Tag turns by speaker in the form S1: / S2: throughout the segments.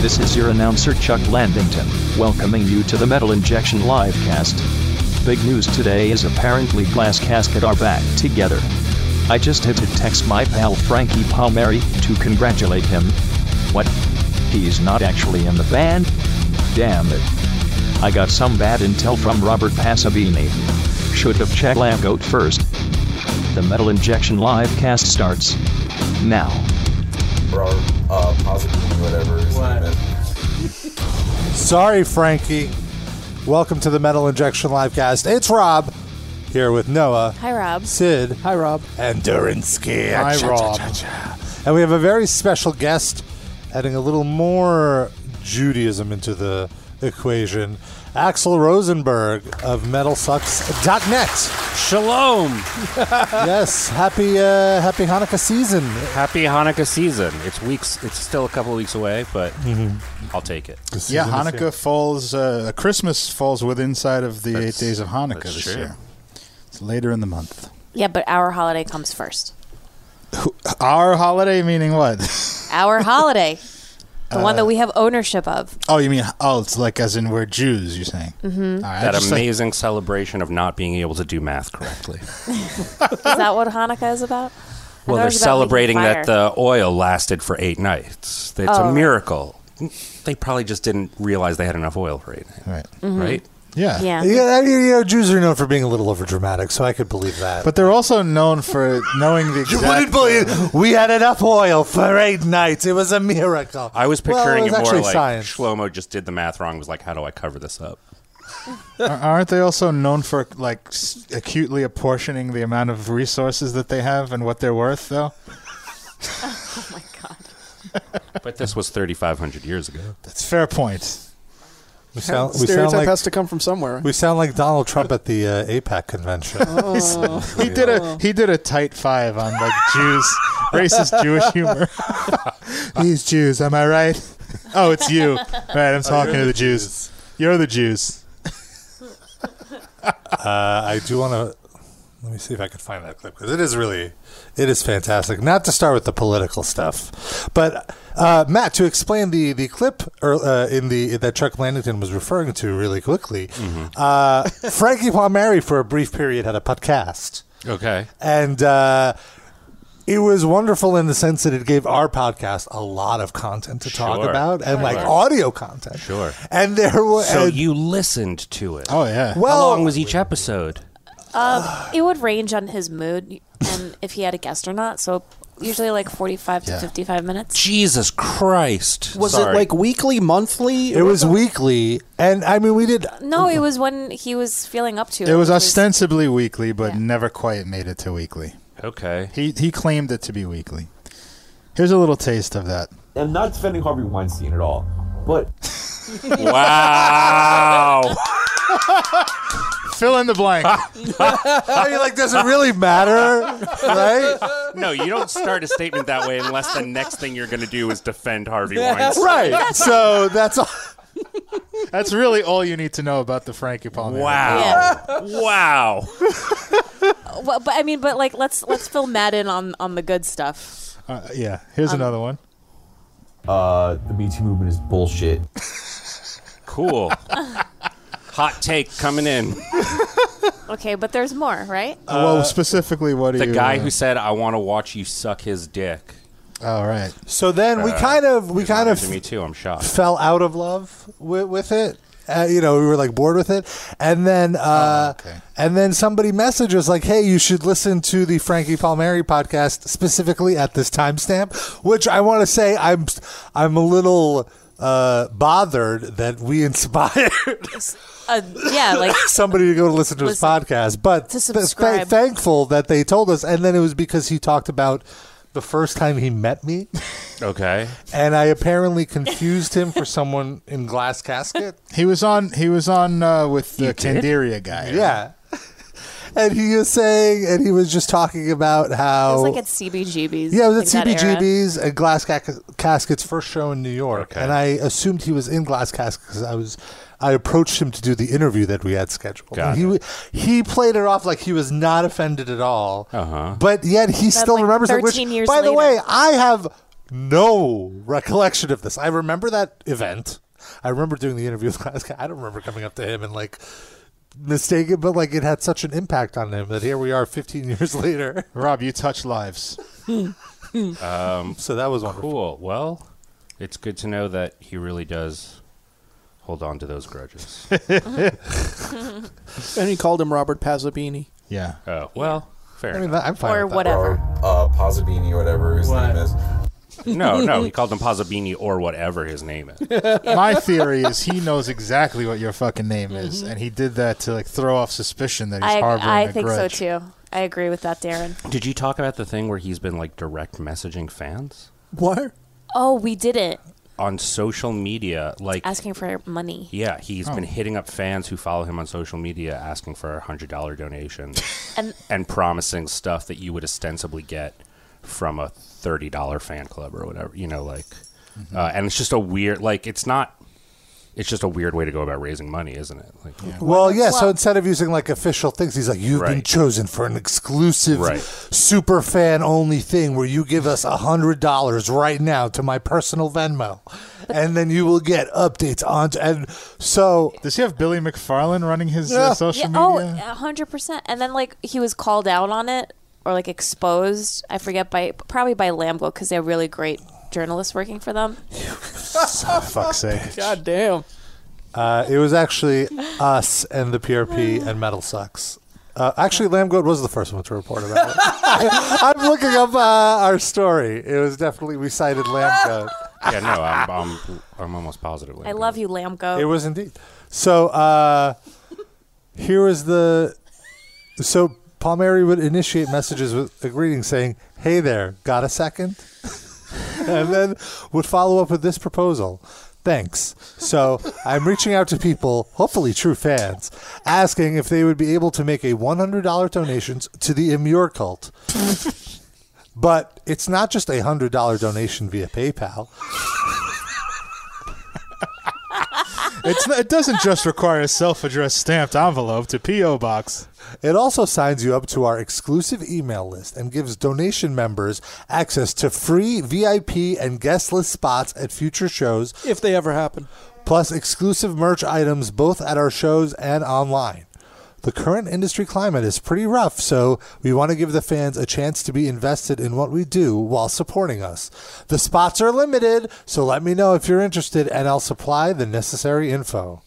S1: This is your announcer Chuck Landington, welcoming you to the Metal Injection Livecast. Big news today is apparently Glass Casket are back together. I just had to text my pal Frankie Palmieri to congratulate him. What? He's not actually in the band? Damn it. I got some bad intel from Robert Pasabini. Should have checked Lamgoat first. The Metal Injection Livecast starts now.
S2: Or uh, Pasadena, whatever. his
S3: What?
S2: name is.
S4: Sorry, Frankie. Welcome to the Metal Injection Livecast. It's Rob here with Noah,
S5: Hi, Rob.
S4: Sid,
S3: Hi, Rob.
S4: and Durinsky.
S3: Hi, Rob.
S4: And we have a very special guest adding a little more Judaism into the equation. Axel Rosenberg of MetalSucks.net.
S6: Shalom!
S4: yes, happy uh, happy Hanukkah season.
S6: Happy Hanukkah season. It's weeks. It's still a couple of weeks away, but I'll take it.
S7: Yeah,
S4: Season Mm-hmm. is
S7: Hanukkah falls. Uh, Christmas falls within inside of the
S6: That's-
S7: eight days of Hanukkah
S6: that's
S7: this
S6: true.
S7: year. It's later in the month.
S5: Yeah, but our holiday comes first.
S7: Our holiday meaning what?
S5: Our holiday, the one that we have ownership of.
S7: Oh, you mean oh, it's like as in we're Jews. You're saying mm-hmm.
S6: That amazing celebring of not being able to do math correctly.
S5: Is that what Hanukkah is about? I
S6: well,
S5: thought it was
S6: they're
S5: about making
S6: celebrating that
S5: fire.
S6: the oil lasted for eight nights. It's
S5: Oh.
S6: a miracle. They probably just didn't realize they had enough oil for eight nights,
S7: right.
S5: Mm-hmm.
S6: right?
S7: Yeah.
S5: yeah.
S4: Yeah, you know, Jews are known for being a little overdramatic, so I could believe that.
S7: But they're also known for knowing the exact.
S4: We had enough oil for eight nights. It was a miracle.
S6: I was
S4: Well,
S6: picturing
S4: it was
S6: it, more
S4: actually
S6: like
S4: science.
S6: Shlomo just did the math wrong. Was like, how do I cover this up?
S7: Aren't they also known for like s- acutely apportioning the amount of resources that they have and what they're worth, though?
S5: Oh my god.
S6: But this was 3,500 years ago.
S7: That's fair point.
S4: we sound, we
S3: Stereotype
S4: sound like
S3: has to come from somewhere.
S4: we sound like Donald Trump at the uh, APAC convention.
S7: He did a he did a tight five on like Jews, racist Jewish humor. These Jews, am I right? Oh, it's you. Right, I'm talking to the Jews. You're the Jews.
S4: Uh, I do want to let me see if I can find that clip because it is really it is fantastic. Not to start with the political stuff, but uh, Matt to explain the the clip er, uh, in the that Chuck Landington was referring to really quickly.
S6: Mm-hmm.
S4: Uh, Frankie Palmieri for a brief period had a podcast.
S6: Okay.
S4: and uh, it was wonderful in the sense that it gave our podcast a lot of content to talk
S6: Sure.
S4: about and like audio content.
S6: Sure.
S4: And there was
S6: So you listened to it.
S7: Oh yeah.
S6: How
S4: well,
S6: long was each episode?
S5: It would range on his mood and if he had a guest or not. So usually like forty-five to fifty-five minutes.
S6: Jesus Christ.
S3: Was
S6: Sorry.
S3: it like weekly, monthly?
S4: it was weekly, and I mean we did.
S5: No, it was when he was feeling up to it.
S7: It was
S5: which
S7: ostensibly weekly, but
S5: Yeah.
S7: never quite made it to weekly.
S6: Okay.
S7: He he claimed it to be weekly. Here's a little taste of that.
S2: I'm not defending Harvey Weinstein at all, but
S6: Wow.
S7: Fill in the blank.
S4: I mean, like, does it really matter, right?
S6: no, you don't start a statement that way unless the next thing you're going to do is defend Harvey Weinstein.
S4: Right. So that's all.
S7: That's really all you need to know about the Frankie Palmer.
S6: Wow. Wow.
S5: Well, but I mean, but like let's let's fill Matt in on on the good stuff.
S7: Uh, yeah. Here's another one.
S2: uh, the Me Too movement is bullshit.
S6: Cool. Hot take coming in.
S5: Okay, but there's more, right?
S7: well, specifically, what do
S6: The
S7: you? uh,
S6: guy who said, I want to watch you suck his dick.
S7: All right.
S4: So then we kind of we kind of
S6: To me, too. I'm shocked.
S4: fell out of love with, with it. Uh, you know, we were like bored with it, and then uh,
S7: okay.
S4: and then somebody messaged us like, "Hey, you should listen to the Frankie Palmieri podcast specifically at this timestamp." Which I want to say, I'm I'm a little uh, bothered that we inspired
S5: Uh, yeah, like
S4: somebody to go to listen to his
S5: Listen.
S4: podcast, but
S5: To
S4: th- th-
S5: subscribe.
S4: thankful that they told us, and then it was because he talked about the first time he met me,
S6: Okay.
S4: and I apparently confused him for someone in glass casket.
S7: He was on. He was on uh, with the
S6: did?
S7: Candiria guy.
S4: Yeah. And he was saying, and he was just talking about
S5: it
S4: how.
S5: was like at CBGB's.
S4: Oh. yeah, it was at
S5: like, that era.
S4: CBGB's and uh, Glass Ca- Casket's first show in New York. And I assumed he was in Glass Casket because I was. I approached him to do the interview that we had scheduled.
S6: Got
S4: And he he played it off like he was not offended at all,
S6: Uh-huh.
S4: but yet he still
S5: like,
S4: remembers it. Which,
S5: 13 years
S4: by the
S5: later.
S4: way, I have no recollection of this. I remember that event. I remember doing the interview with Glasgow. I don't remember coming up to him and like mistaken, but like it had such an impact on him that here we are 15 years later.
S7: Rob, you touch lives.
S6: Um,
S4: So that was wonderful.
S6: cool. Well, it's good to know that he really does hold on to those grudges.
S3: And he called him Robert Pazzabini.
S7: Yeah.
S6: Oh, well, fair
S4: I mean,
S6: enough.
S4: that, I'm fine.
S5: or
S4: with that.
S5: whatever.
S2: Uh, Pozzabini, whatever his name is.
S6: No, no, he called him Pazzabini or whatever his name is.
S7: My theory is he knows exactly what your fucking name is, and he did that to like throw off suspicion that he's
S5: Mm-hmm. I
S7: harboring
S5: I
S7: a
S5: think
S7: grudge.
S5: so too. I agree with that, Darren.
S6: Did you talk about the thing where he's been like direct messaging fans
S3: What?
S5: Oh, we did it.
S6: on social media? Like,
S5: Asking for money.
S6: yeah, he's been hitting up fans who follow him on social media asking for a hundred dollar donation
S5: And
S6: and promising stuff that you would ostensibly get from a thirty dollar fan club or whatever. You know, like, uh, and it's just a weird, like, it's not. It's just a weird way to go about raising money, isn't it? Like,
S4: Well, yeah. so
S5: Well-
S4: instead of using like official things, he's like, "You've been
S6: Right.
S4: chosen for an exclusive,
S6: Right.
S4: super fan only thing where you give us a hundred dollars right now to my personal Venmo, and then you will get updates on." And so,
S7: Does he have Billy McFarlane running his uh,
S4: Yeah.
S7: social
S5: yeah, oh,
S7: media?
S5: 100%. And then like he was called out on it or like exposed, I forget by probably by Lambo cuz they're really great journalists working for them.
S7: Oh, fuck's sake.
S3: God damn.
S4: uh, it was actually us and the PRP and Metal Sucks. Uh, actually, Lamb Goat was the first one to report about it. I'm looking up uh, our story. It was definitely we cited Lamb Goat.
S6: yeah, no, I'm, I'm, I'm almost positive.
S5: I love you, Lamgo.
S4: It was indeed. So uh, here is the. So Palmieri would initiate messages with a greeting saying, "Hey there, got a second? and then would follow up with this proposal. Thanks. So I'm reaching out to people, hopefully true fans, asking if they would be able to make a $100 donations to the Immure cult. but it's not just a $100 donation via PayPal.
S5: oh,
S7: It's not, it doesn't just require a self-addressed stamped envelope to PO box.
S4: It also signs you up to our exclusive email list and gives donation members access to free VIP and guest list spots at future shows,
S3: If they ever happen.
S4: plus exclusive merch items both at our shows and online. The current industry climate is pretty rough, so we want to give the fans a chance to be invested in what we do while supporting us. The spots are limited, so let me know if you're interested and I'll supply the necessary info.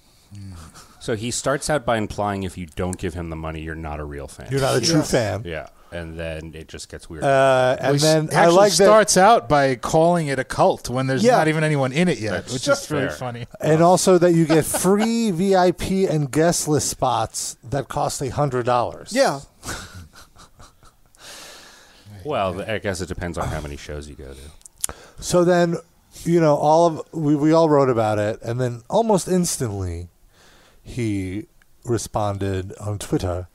S6: So he starts out by implying if you don't give him the money, you're not a real fan.
S4: You're not a true fan.
S6: Yeah, and then it just gets weird.
S4: Uh, and
S7: Which
S4: then I
S7: actually
S4: like that.
S7: starts out by calling it a cult when there's
S4: Yeah.
S7: not even anyone in it yet,
S6: That's
S7: which is really
S6: fair.
S7: funny.
S4: And also that you get free VIP and guest list spots that cost a hundred dollars.
S3: Yeah.
S6: well, I guess it depends on how many shows you go to.
S4: So then, you know, all of we, we all wrote about it, and then almost instantly, he responded on Twitter.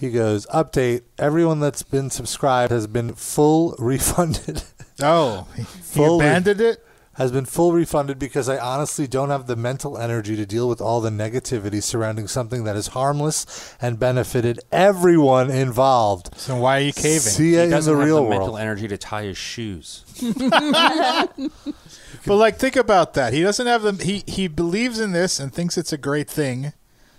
S4: He goes, "Update: Everyone that's been subscribed has been full refunded."
S7: Oh, he- he
S4: Fully.
S7: abandoned it.
S4: has been full refunded because I honestly don't have the mental energy to deal with all the negativity surrounding something that is harmless and benefited everyone involved.
S7: So why are you caving?
S4: See it
S6: he
S4: in
S6: doesn't
S4: the
S6: have
S4: real
S6: the
S4: world.
S6: mental energy to tie his shoes.
S7: But like, think about that. He doesn't have the he he believes in this and thinks it's a great thing,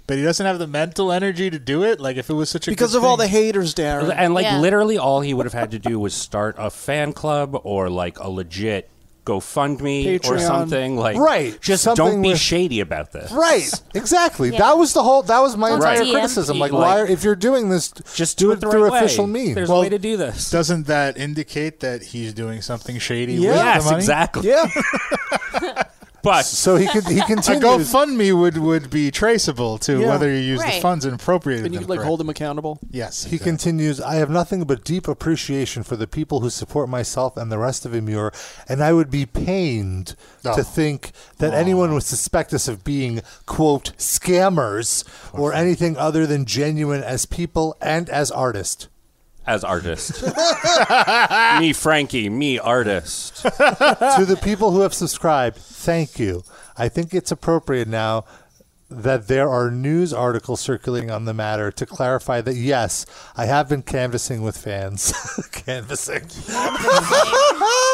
S7: but he doesn't have the mental energy to do it. Like, if it was such a
S3: Because
S7: good
S3: of all the
S7: thing-
S3: haters, Darren.
S6: And like
S5: Yeah.
S6: literally, all he would have had to do was start a fan club or like a legit GoFundMe or
S3: Patreon.
S6: something. Like,
S4: Right,
S6: Just
S4: something
S6: don't be
S4: with-
S6: shady about this.
S4: Right. Exactly.
S5: Yeah.
S4: That was the whole. That was my
S5: Don't
S4: entire
S5: DM.
S4: criticism.
S6: You,
S4: Like,
S6: like-
S4: why? If you're doing this,
S6: Just do, it, the
S4: through
S6: right way.
S4: official means.
S6: There's
S4: Well,
S6: a way to do this.
S7: Doesn't that indicate that he's doing something shady? with the
S6: yes,
S7: money?
S6: exactly.
S3: yeah.
S6: But
S4: so he could. He
S7: A
S4: continues.
S7: GoFundMe would would be traceable to
S3: Yeah.
S7: whether you use the
S5: Right.
S7: funds and appropriated
S3: And you
S7: them.
S3: could, like
S7: correctly.
S3: hold him accountable.
S7: yes,
S4: He continues, I have nothing but deep appreciation for the people who support myself and the rest of Immure, and I would be pained
S7: Oh.
S4: to think that anyone would suspect us of being, quote, scammers or anything other than genuine as people and as artists.
S6: as artist, me Frankie, me artist.
S4: to the people who have subscribed, thank you. I think it's appropriate now that there are news articles circulating on the matter to clarify that yes, I have been canvassing with fans. canvassing.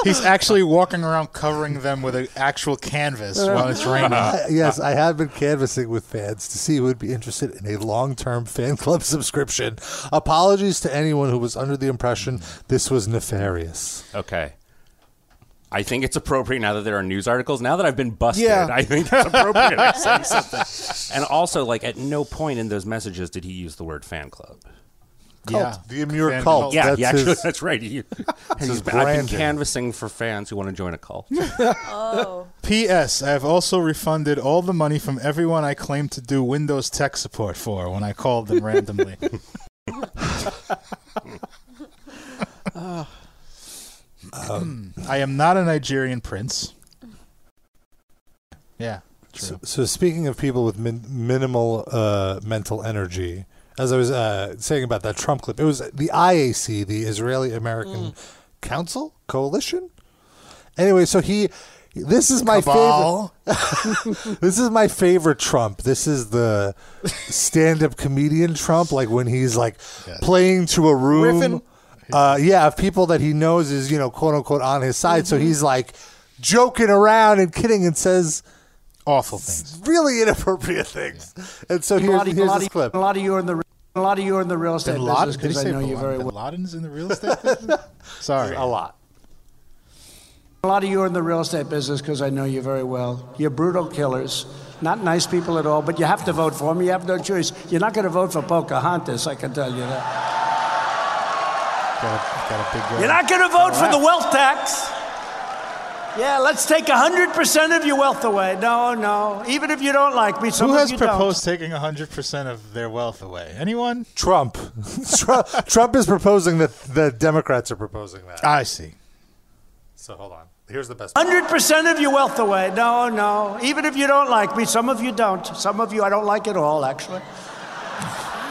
S7: He's actually walking around covering them with an actual canvas while it's raining.
S4: I- yes, I have been canvassing with fans to see who would be interested in a long term fan club subscription. Apologies to anyone who was under the impression this was nefarious.
S6: Okay. I think it's appropriate now that there are news articles. Now that I've been busted,
S3: Yeah.
S6: I think it's appropriate. I say something. And also, like, at no point in those messages did he use the word fan club.
S7: Yeah.
S4: The Amur
S7: Fan
S4: cult.
S7: cult.
S6: Yeah,
S4: That's
S6: he actually,
S4: his-
S6: that's right. He,
S4: his
S6: I've been
S4: branding. Hmm.
S6: canvassing for fans who want to join a cult.
S5: Oh.
S7: P.S. I have also refunded all the money from everyone I claimed to do Windows tech support for when I called them randomly.
S3: Ah,
S7: Hmm. I am not a Nigerian prince. Yeah,
S4: So,
S7: true.
S4: so speaking of people with min- minimal uh, mental energy, as I was uh, saying about that Trump clip, it was the IAC, the Israeli American
S7: Mm.
S4: Council Coalition. Anyway, so he, this is my
S7: Cabal.
S4: favorite. this is my favorite Trump. This is the stand-up comedian Trump, like when he's like playing to a room.
S3: Riffing.
S4: Uh, yeah, of people that he knows is you know quote unquote on his side.
S7: Mm-hmm.
S4: So he's like joking around and kidding and says
S7: Awful things.
S4: really inappropriate things. And so here's,
S8: Lottie-
S4: here's
S8: Lottie-
S4: this clip.
S8: A lot of you are in the a lot of you are in the real estate
S7: Bin
S8: business
S7: Laden? Did he
S8: because I
S7: say
S8: know
S7: Bin
S8: you very
S7: Laden?
S8: well.
S7: Bin Laden's in the real estate business? Sorry.
S4: A lot.
S8: A lot of you are in the real estate business because I know you very well. You're brutal killers, not nice people at all. But you have to vote for me. You have no choice. You're not going to vote for Pocahontas. I can tell you that.
S7: Got a, got a big
S8: You're
S7: uh,
S8: not going to vote for the wealth tax. Yeah, let's take 100% of your wealth away. No, no. Even if you don't like me, some
S7: Who
S8: of
S7: has
S8: you
S7: proposed taking 100% of their wealth away? Anyone?
S4: Trump. Trump. Trump is proposing that the Democrats are proposing that.
S7: I see.
S4: So hold on. Here's the best.
S8: don't. 100% of your wealth away. No, no. Even if you don't like me, some of you don't. Some of you I don't like at all, actually.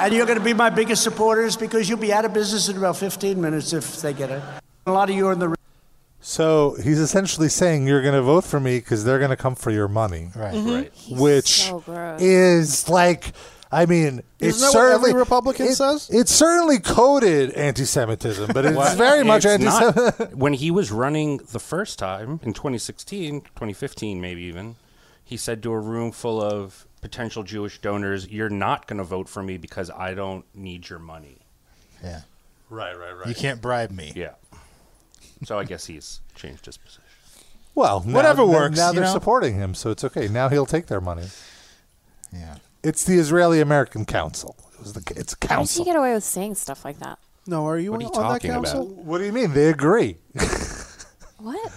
S8: And you're going to be my biggest supporters because you'll be out of business in about 15 minutes if they get it. A lot of you are in the
S4: So he's essentially saying you're going to vote for me because they're going to come for your money,
S7: Right.
S8: Mm-hmm.
S6: Right.
S4: which
S5: so gross.
S4: is like. I mean, it's
S3: Isn't that what
S4: certainly
S3: every Republican
S4: it-
S3: says?
S4: It's certainly coded anti-Semitism, but it's
S6: Well,
S4: very much
S6: it's not-
S4: anti-Semitism.
S6: when he was running the first time in 2016, 2015, maybe even, he said to a room full of potential Jewish donors, "You're not going to vote for me because I don't need your money."
S7: Yeah.
S4: Right, right, right.
S7: You can't bribe me.
S6: Yeah. So I guess he's changed his position.
S4: Well, now-
S7: Whatever
S4: now-
S7: works,
S4: Now
S7: you
S4: they're
S7: know?
S4: supporting him, so it's okay. Now he'll take their money.
S7: Yeah.
S4: It's the Israeli American Council. It was the it's a
S5: How does
S4: council.
S5: he get away with saying stuff like that?
S3: No, are you
S6: What are you
S3: on that
S6: talking about?
S3: council?
S4: What do you mean? They agree.
S5: What?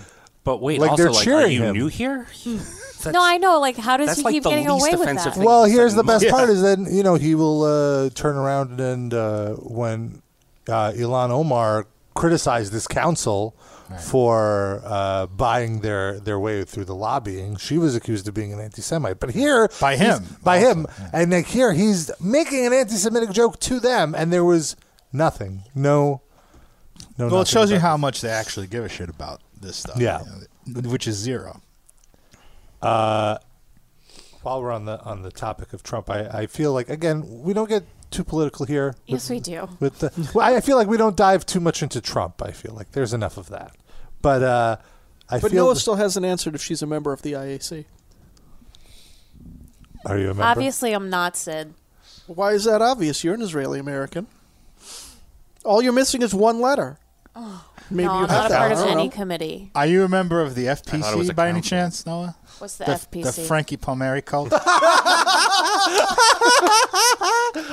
S6: But wait,
S4: Like,
S6: also,
S4: they're
S6: like, are
S4: cheering
S6: you
S4: him.
S6: new here? That's-
S5: no, I know. Like, how does
S6: that's
S5: he
S6: like
S5: keep
S6: the
S5: getting
S6: least
S5: away with
S6: offensive
S5: that?
S6: thing.
S4: Well,
S6: he's
S4: here's the
S6: saying
S4: best
S6: most-
S4: part is that you know he will uh, turn around and uh, when uh, Ilan Omar criticized this council for uh, buying their their way through the lobbying, she was accused of being an anti-Semite. But here,
S7: By
S4: he's-
S7: him,
S4: by
S7: also,
S4: him, and like here he's making an anti-Semitic joke to them, and there was nothing, no, no.
S7: Well, it
S4: nothing
S7: shows you
S4: about
S7: how much they actually give a shit about this stuff.
S4: Yeah.
S7: you know, which is zero.
S4: While we're on the on the topic of Trump, I, I feel like again we don't get too political here.
S5: Yes, we do.
S4: With the, well, I I feel like we don't dive too much into Trump. I feel like there's enough of that. But uh, I
S3: But
S4: feel.
S3: Noah still hasn't answered if she's a member of the IAC.
S4: are you a member?
S5: Obviously, I'm not Sid.
S3: Why is that obvious? You're an Israeli American. All you're missing is one letter. Maybe
S5: no,
S3: you
S5: I'm
S3: have
S5: not a
S3: that.
S5: part
S3: I
S5: of
S3: don't
S5: any
S3: know.
S5: committee.
S7: Are you a member of the
S6: thought it was a
S7: FPC by any
S6: council.
S7: chance, Noah?
S5: What's the,
S7: The,
S5: FPC?
S7: the Frankie Palmieri cult?
S5: you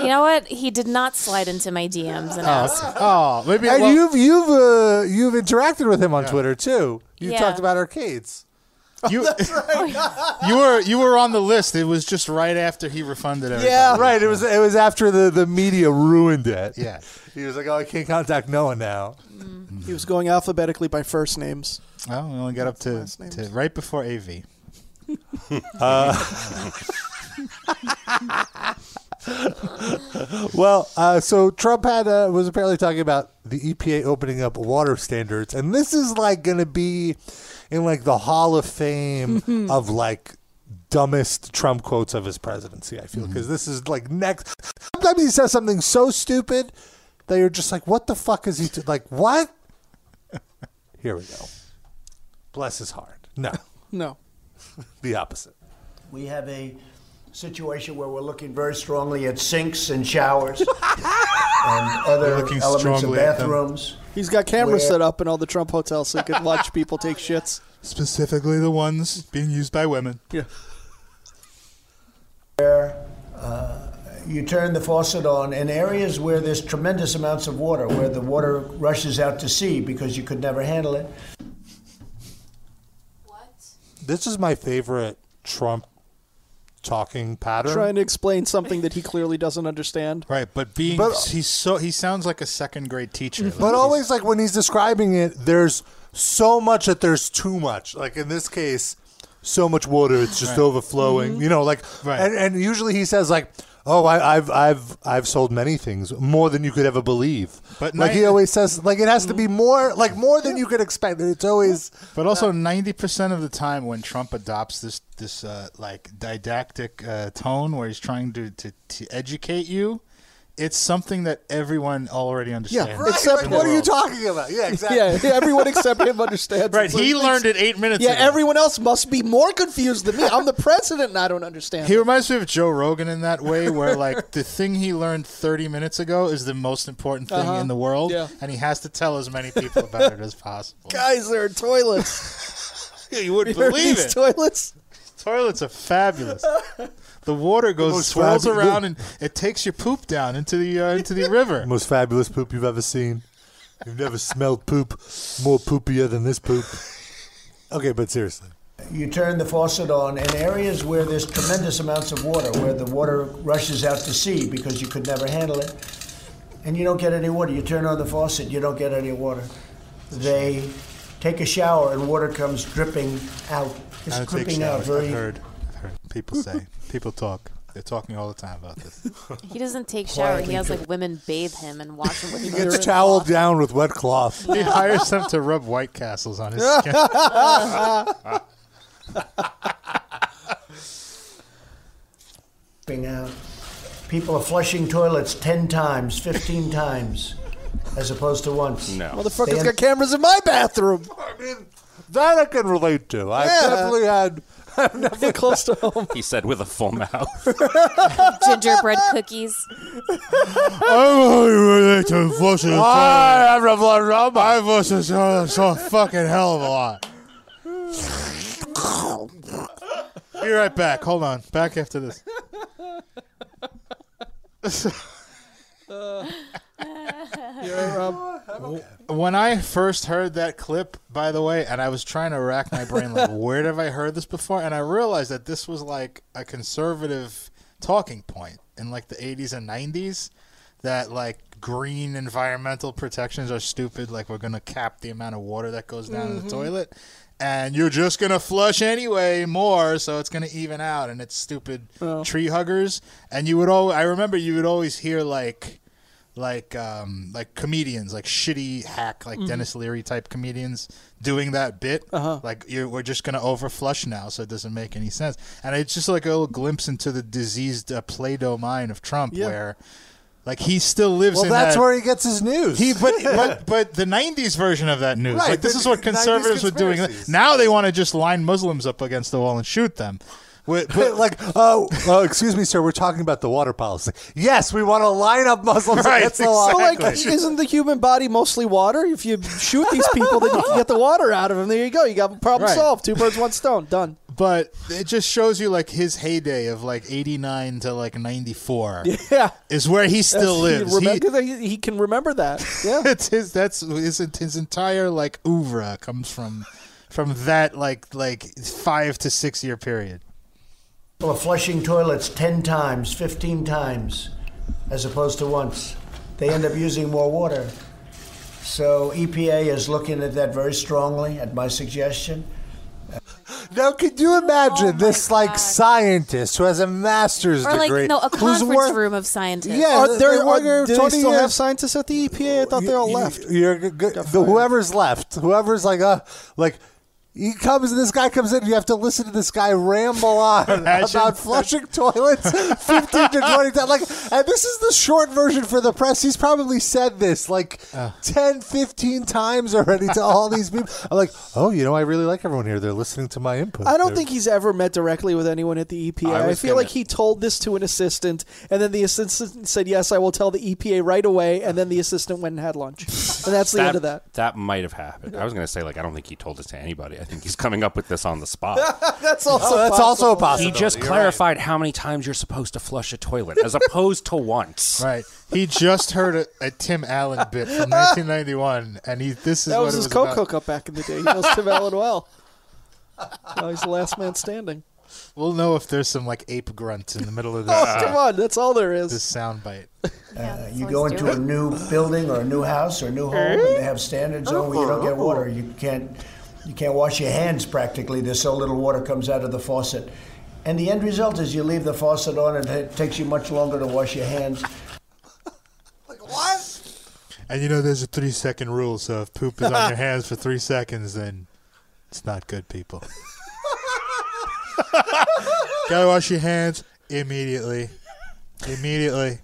S5: know what? He did not slide into my DMs and ask.
S7: oh, maybe
S4: And
S7: well,
S4: you've you've uh, you've interacted with him on Twitter too. You
S5: Yeah.
S4: talked about arcades.
S7: you, you were you were on the list. It was just right after he refunded everything.
S4: right. It was it was after the, the media ruined it.
S7: Yeah.
S4: he was like, "Oh, I can't contact Noah now."
S3: He was going alphabetically by first names.
S7: Well, we only got up to, to right before AV.
S4: Well, uh, so Trump had uh, was apparently talking about the EPA opening up water standards, and this is like going to be in like the Hall of Fame of like dumbest Trump quotes of his presidency. I feel because this is like next. Sometimes he says something so stupid that you're just like, "What the fuck is he do-? like? What?" Here we go. Bless his heart. No,
S3: No.
S4: the opposite.
S8: We have a situation where we're looking very strongly at sinks and showers and other
S7: looking
S8: elements of
S7: strongly at them.
S8: bathrooms.
S3: He's got cameras
S8: Where-
S3: set up in all the Trump hotels so he can watch people take shits.
S7: Specifically, the ones being used by women.
S3: Yeah.
S8: you turn the faucet on in areas where there's tremendous amounts of water, where the water rushes out to sea because you could never handle it.
S4: This is my favorite Trump talking pattern.
S3: Trying to explain something that he clearly doesn't understand.
S7: Right, but being
S4: But-
S7: he's so he sounds like a second grade teacher. Like,
S4: But
S7: he's-
S4: always like when he's describing it, there's so much that there's too much. Like in this case, so much water, it's just overflowing. You know, like
S7: Mm-hmm. Right.
S4: and, and usually he says like, "Oh, I, I've I've I've sold many things more than you could ever believe."
S7: But Mm-hmm.
S4: like
S7: ni-
S4: he always says, like it has to be more, like more than you could expect. It's always
S7: But also, ninety percent of the time when Trump adopts this this uh, like didactic uh, tone, where he's trying to, to to educate you, it's something that everyone already understands.
S3: Right, Except
S4: like,
S7: in the
S4: what are you
S7: world.
S4: talking about? Yeah, exactly.
S3: Yeah, everyone except him understands.
S7: Right,
S3: It's
S7: he
S3: like-
S7: learned it eight minutes.
S3: Yeah,
S7: ago.
S3: everyone else must be more confused than me. I'm the president and I don't understand.
S7: He reminds me of Joe Rogan in that way, where like the thing he learned 30 minutes ago is the most important thing in the world,
S3: Yeah.
S7: and he has to tell as many people about it as possible.
S3: Guys, there are toilets.
S7: you wouldn't
S3: There are
S7: believe
S3: these
S7: it.
S3: toilets.
S7: Toilets are fabulous. The water goes
S4: most
S7: swirls
S4: fabu-
S7: around and it takes your poop down into the uh, into the river.
S4: Most fabulous poop you've ever seen. You've never smelled poop more poopier than this poop. Okay, but seriously.
S8: You turn the faucet on in areas where there's tremendous amounts of water, where the water rushes out to sea because you could never handle it, and you don't get any water. You turn on the faucet, you don't get any water. They take a shower and water comes dripping out. It's
S7: I don't take
S8: dripping out
S7: showers. I've
S8: very
S7: heard, I've heard people say people talk. They're talking all the time about this.
S5: He doesn't take shower. He has like women bathe him and wash him with
S4: He gets toweled down with wet cloth.
S7: He hires them to rub White Castles on his skin.
S8: dripping out. People are flushing toilets 10 times, 15 times, as opposed to once.
S6: No.
S3: Motherfucker's
S8: Stand-
S3: got cameras in my bathroom.
S4: That I can relate to. I
S3: Yeah.
S4: definitely had.
S3: Get close to home.
S6: he said with a full mouth.
S5: gingerbread cookies.
S7: I'm to uh, flush the toilet.
S4: I have a blood rub.
S7: I flush the toilet so fucking hell of a lot. Be right back. Hold on. Back after this. When I first heard that clip, by the way, and I was trying to rack my brain, like, where have I heard this before? And I realized that this was like a conservative talking point in like the 80s and 90s that like green environmental protections are stupid. Like, we're going to cap the amount of water that goes down in the toilet, and you're just going to flush anyway more, so it's going to even out. And it's stupid tree huggers. And you would all, I remember you would always hear like, like um like comedians like shitty hack
S4: Mm-hmm.
S7: like Dennis Leary type comedians doing that bit
S4: Uh-huh.
S7: like you we're just gonna overflush now so it doesn't make any sense and it's just like a little glimpse into the diseased uh, Play-Doh mind of Trump where like he still lives
S4: Well,
S7: in
S4: that's
S7: that-
S4: where he gets his news.
S7: he but but but the '90s version of that news,
S4: Right,
S7: like this
S4: the
S7: is what
S4: 90s
S7: conservatives were doing.
S4: conspiracies.
S7: Now they want to just line Muslims up against the wall and shoot them. Wi- But,
S4: like, oh, oh, excuse me, sir. We're talking about the water policy. Yes, we want to line up Muslims
S7: Right,
S4: against the Oh law.
S3: So, Oh, like,
S7: Exactly.
S3: isn't the human body mostly water? If you shoot these people, then you can get the water out of them. There you go. You got problem
S7: Right.
S3: solved. Two birds, one stone. Done.
S7: but it just shows you like his heyday of like '89 to like '94
S3: Yeah.
S7: is where he still lives.
S3: He,
S7: He-
S3: remember, that he, he can remember that. Yeah.
S7: that's his that's his, his entire like oeuvre comes from from that like like five to six year period.
S8: People are flushing toilets 10 times, 15 times, as opposed to once. They end up using more water. So EPA is looking at that very strongly, at my suggestion.
S4: Now, could you imagine this, like, scientist who has a master's
S5: Oh Or
S4: degree?
S5: like no, a
S4: who's
S5: conference
S4: worked-
S5: room of scientists.
S4: Yeah,
S3: Are there,
S4: they work
S3: are, do they
S4: 20
S3: still
S4: years.
S3: have scientists at the EPA? I thought they
S4: You-
S3: all
S4: you-
S3: left.
S4: You're, g- g- the, whoever's left, whoever's like uh like He comes, this guy comes in, you have to listen to this guy ramble on
S7: Imagine.
S4: about flushing toilets 15 to 20 times. Like, and this is the short version for the press. He's probably said this like 10, 15 times already to all these people. I'm like, oh, you know, I really like everyone here. They're listening to my input.
S3: I don't
S4: They're-
S3: think he's ever met directly with anyone at the EPA.
S6: I
S3: I,
S6: was
S3: feel
S6: gonna-
S3: like he told this to an assistant, and then the assistant said, "Yes, I will tell the EPA right away." And then the assistant went and had lunch, and that's the end of that.
S6: might have happened. I was going to say, like, I don't think he told this to anybody. I think he's coming up with this on the spot.
S3: That's also
S4: Oh, that's also a
S6: he
S4: possibility.
S6: just
S4: You're
S6: clarified how many times you're supposed to flush a toilet, as opposed to once.
S7: Right. He just heard a, a Tim Allen bit from 1991, and he this is
S3: that
S7: what
S3: was
S7: it
S3: his
S7: was about.
S3: Coco Cup back in the day. He knows Tim Allen well. Now he's the last man standing.
S7: We'll know if there's some like ape grunt in the middle of this,
S3: Oh,
S6: Uh,
S3: come on, that's all there
S7: this
S3: is.
S7: sound bite.
S5: So
S8: Uh, You
S5: let's
S8: go
S5: do
S8: into
S5: it.
S8: a new building or a new house or a new home, and they have standard zone where you don't get
S5: Oh.
S8: water. You can't, you can't wash your hands practically. There's so little water comes out of the faucet, and the end result is you leave the faucet on, and it takes you much longer to wash your hands.
S7: And you know, there's a three second rule. So if poop is on your hands for three seconds, then it's not good, people. Gotta wash your hands immediately. Immediately.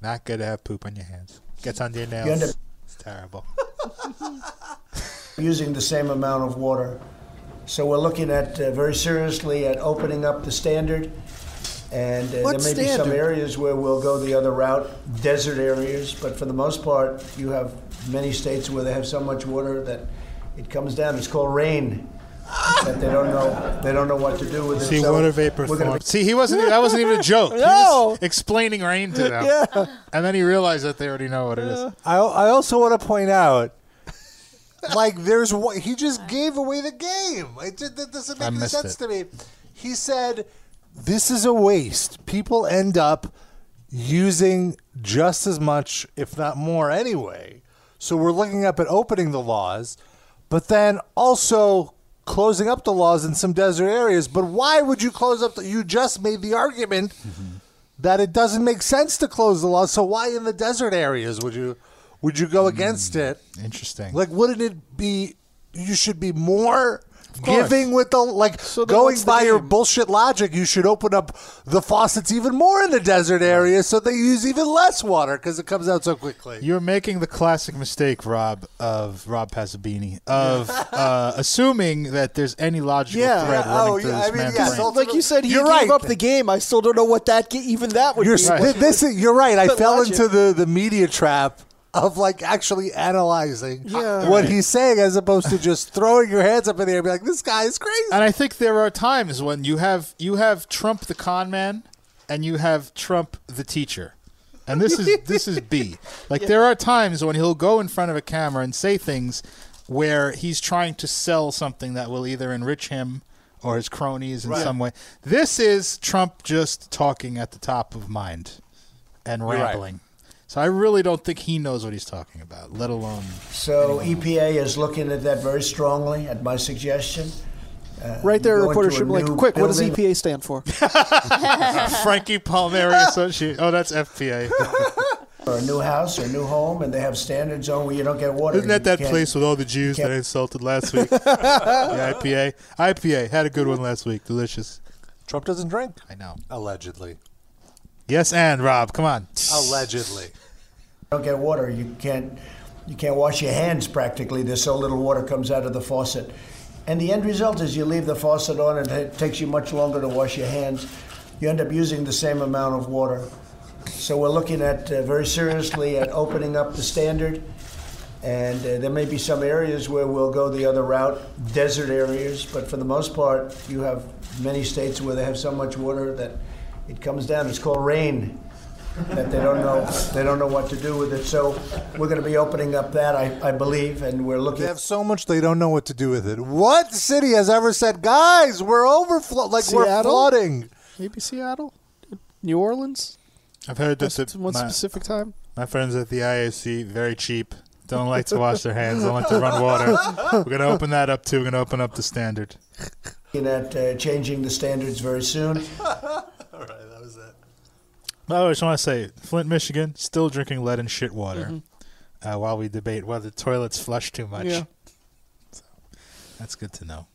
S7: Not good to have poop on your hands. Gets on your
S8: You end
S7: nails.
S8: up
S7: It's terrible.
S8: using the same amount of water. So we're looking at uh, very seriously at opening up the standard, and uh, there
S3: What
S8: may be some
S3: standard?
S8: areas where we'll go the other route, desert areas. But for the most part, you have many states where they have so much water that it comes down. It's called rain. that they don't know. They don't know what to do with it.
S7: See,
S8: So
S7: water vapor
S8: we're gonna
S7: form. See, he wasn't. e, That wasn't even a joke. He was explaining rain to them. And then he realized that they already know what it is.
S4: I, I also want to point out, like, there's one, he just gave away the game. It, did- that doesn't make
S7: I
S4: any
S7: missed
S4: sense
S7: it.
S4: to me. He said, "This is a waste. People end up using just as much, if not more, anyway." So we're looking up at opening the laws, but then also closing up the laws in some desert areas. But why would you close up? The, you just made the argument that it doesn't make sense to close the law. So why in the desert areas would you would you go against it?
S7: Interesting.
S4: Like, wouldn't it be you should be more
S7: course.
S4: giving with the like
S3: then
S4: going
S3: what's the
S4: by your
S3: game?
S4: bullshit logic? You should open up the faucets even more in the desert areas so they use even less water because it comes out so quickly.
S7: You're making the classic mistake, Rob, of Rob Pasabini, of uh, assuming that there's any logical
S3: Yeah.
S7: thread
S4: Yeah,
S7: running
S4: oh,
S7: through
S4: yeah, I
S7: this
S4: mean,
S7: man's
S4: yeah,
S7: brain.
S4: so-
S3: Like you said, he
S4: You're
S3: gave
S4: right.
S3: up the game. I still don't know what that ga- even that would
S4: You're
S3: be.
S4: s- thi- this is- you're right. I
S3: But
S4: fell
S3: logic.
S4: into the, the media trap of like actually analyzing
S3: Yeah.
S4: what he's saying as opposed to just throwing your hands up in the air and be like, this guy is crazy.
S7: and I think there are times when you have you have Trump the con man, and you have Trump the teacher, and this is this is B. Like there are times when he'll go in front of a camera and say things where he's trying to sell something that will either enrich him or his cronies in some way. This is Trump just talking at the top of mind and rambling. So I really don't think he knows what he's talking about, let alone
S8: So EPA is looking at that very strongly, at my suggestion. Uh,
S3: right there, a
S8: Going
S3: reporter
S8: to a
S3: should be like,
S8: new
S3: "Quick, what does E
S8: building.
S3: EPA stand for?"
S7: Frankie Palmieri Associate. Oh, that's FPA.
S8: or a new house or a new home, and they have standard zone where you don't get water.
S7: Isn't that
S8: You
S7: that
S8: can't-
S7: place with all the Jews that I
S8: can't-
S7: insulted last week? the IPA. IPA. Had a good one last week. Delicious.
S4: Trump doesn't drink.
S7: I know.
S4: Allegedly.
S7: Yes, and Rob, come on.
S4: Allegedly.
S8: don't get water. You can't you can't wash your hands practically. There's so little water comes out of the faucet, and the end result is you leave the faucet on, and it takes you much longer to wash your hands. You end up using the same amount of water. So we're looking at uh, very seriously at opening up the standard, and uh, there may be some areas where we'll go the other route, desert areas. But for the most part, you have many states where they have so much water that it comes down. It's called rain that they don't know they don't know what to do with it. So we're going to be opening up that, I, I believe, and we're looking.
S4: They have so much they don't know what to do with it. What city has ever said, guys, we're overflow like we're
S3: Seattle?
S4: flooding?
S3: Maybe Seattle, New Orleans,
S7: I've heard that
S3: at one
S7: my,
S3: specific time.
S7: my friends at the IAC, very cheap, don't like to wash their hands, don't like to run water. We're going to open that up too. We're going to open up the standard.
S8: looking at uh, changing the standards very soon.
S7: By the way, Oh, I just want to say Flint, Michigan, still drinking lead and shit water uh, while we debate whether toilets flush too much.
S3: Mm-hmm. Yeah.
S7: So, that's good to know.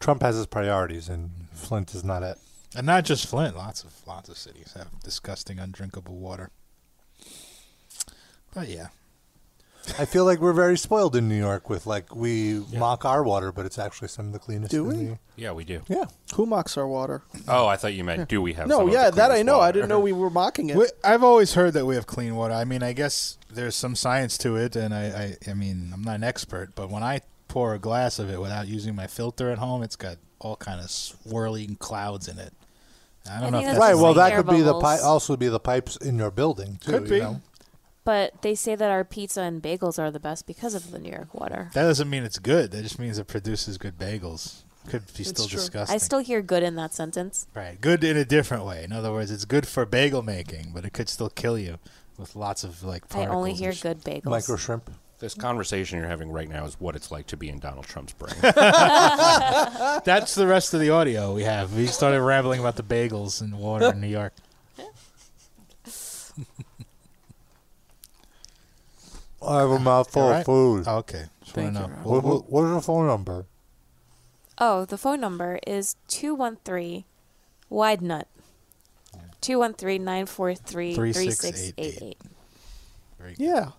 S4: Trump has his priorities, and Flint is not it.
S7: And not just Flint. Lots of lots of cities have disgusting, undrinkable water. But yeah,
S4: I feel like we're very spoiled in New York with like we mock our water, but it's actually some of the cleanest.
S3: Do
S4: in
S3: we?
S4: the-
S6: Yeah, we do.
S4: yeah.
S3: Who mocks our water?
S6: Oh, I thought you meant do we have? some
S3: no,
S6: of
S3: yeah,
S6: the
S3: that I
S6: cleanest
S3: know. I
S6: water?
S3: didn't know we were mocking it.
S7: We- I've always heard that we have clean water. I mean, I guess there's some science to it, and I, I, I mean, I'm not an expert, but when I pour a glass of it without using my filter at home, it's got all kind of swirling clouds in it. I don't
S5: I
S7: know
S5: think
S7: if
S5: that's
S7: that's
S4: Right. Well, that
S5: like air
S4: could be the
S5: bubbles.
S4: pi- also be the pipes in your building too.
S7: Could
S4: you
S7: be.
S4: know?
S5: But they say that our pizza and bagels are the best because of the New York water.
S7: that doesn't mean it's good. That just means it produces good bagels. Could be still
S3: true.
S7: disgusting.
S5: I still hear good in that sentence.
S7: right. Good in a different way. In other words, it's good for bagel making, but it could still kill you with lots of like.
S5: I
S7: Particles
S5: only
S7: and
S5: hear
S7: sh-
S5: good bagels.
S4: Micro shrimp.
S6: This conversation you're having right now is what it's like to be in Donald Trump's brain.
S7: That's the rest of the audio we have. We started rambling about the bagels and water in New York.
S4: I have a mouthful
S7: All
S4: of
S7: right.
S4: food.
S7: Oh, okay. Just
S3: Thank
S7: want to
S3: you,
S7: know.
S3: Rob.
S7: Well,
S4: What, what, what is your phone number?
S5: Oh, the phone number is 213 Wide Nut. 213 943 3688.
S7: very good.
S3: yeah.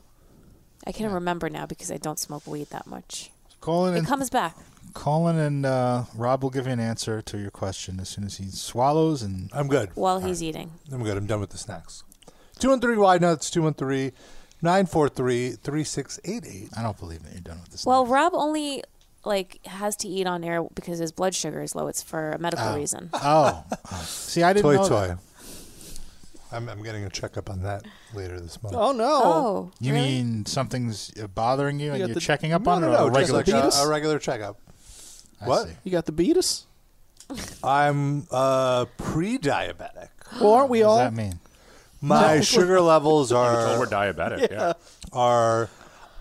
S5: I can remember now because I don't smoke weed that much.
S7: Colin
S5: It
S7: and
S5: comes back.
S7: Colin and uh, Rob will give you an answer to your question as soon as he swallows. And
S4: I'm good.
S5: while he's eating.
S4: I'm good. I'm done with the snacks. 213 Wide Nuts, 213 943 3688.
S7: I don't believe that you're done with this.
S5: Well, Rob only like has to eat on air because his blood sugar is low. It's for a medical reason.
S7: oh, Oh. see, I didn't
S4: Toy
S7: know.
S4: Toy.
S7: that.
S4: I'm, I'm getting a checkup on that later this month.
S3: Oh no.
S5: Oh,
S7: You
S5: really?
S7: mean something's uh, bothering you, and
S3: got
S7: you're
S3: the-
S7: checking up
S4: no,
S7: on
S4: no,
S7: it?
S4: no,
S7: or a
S4: just
S7: regular
S4: like uh, a,
S3: check-
S4: a regular checkup.
S7: I
S4: what?
S7: see.
S3: You got the beatus?
S4: I'm uh, pre diabetic.
S3: Well, aren't we
S7: What
S3: all?
S4: uh,
S7: does that mean?
S4: My sugar levels
S6: Well, we're
S4: are
S6: diabetic. Yeah.
S4: are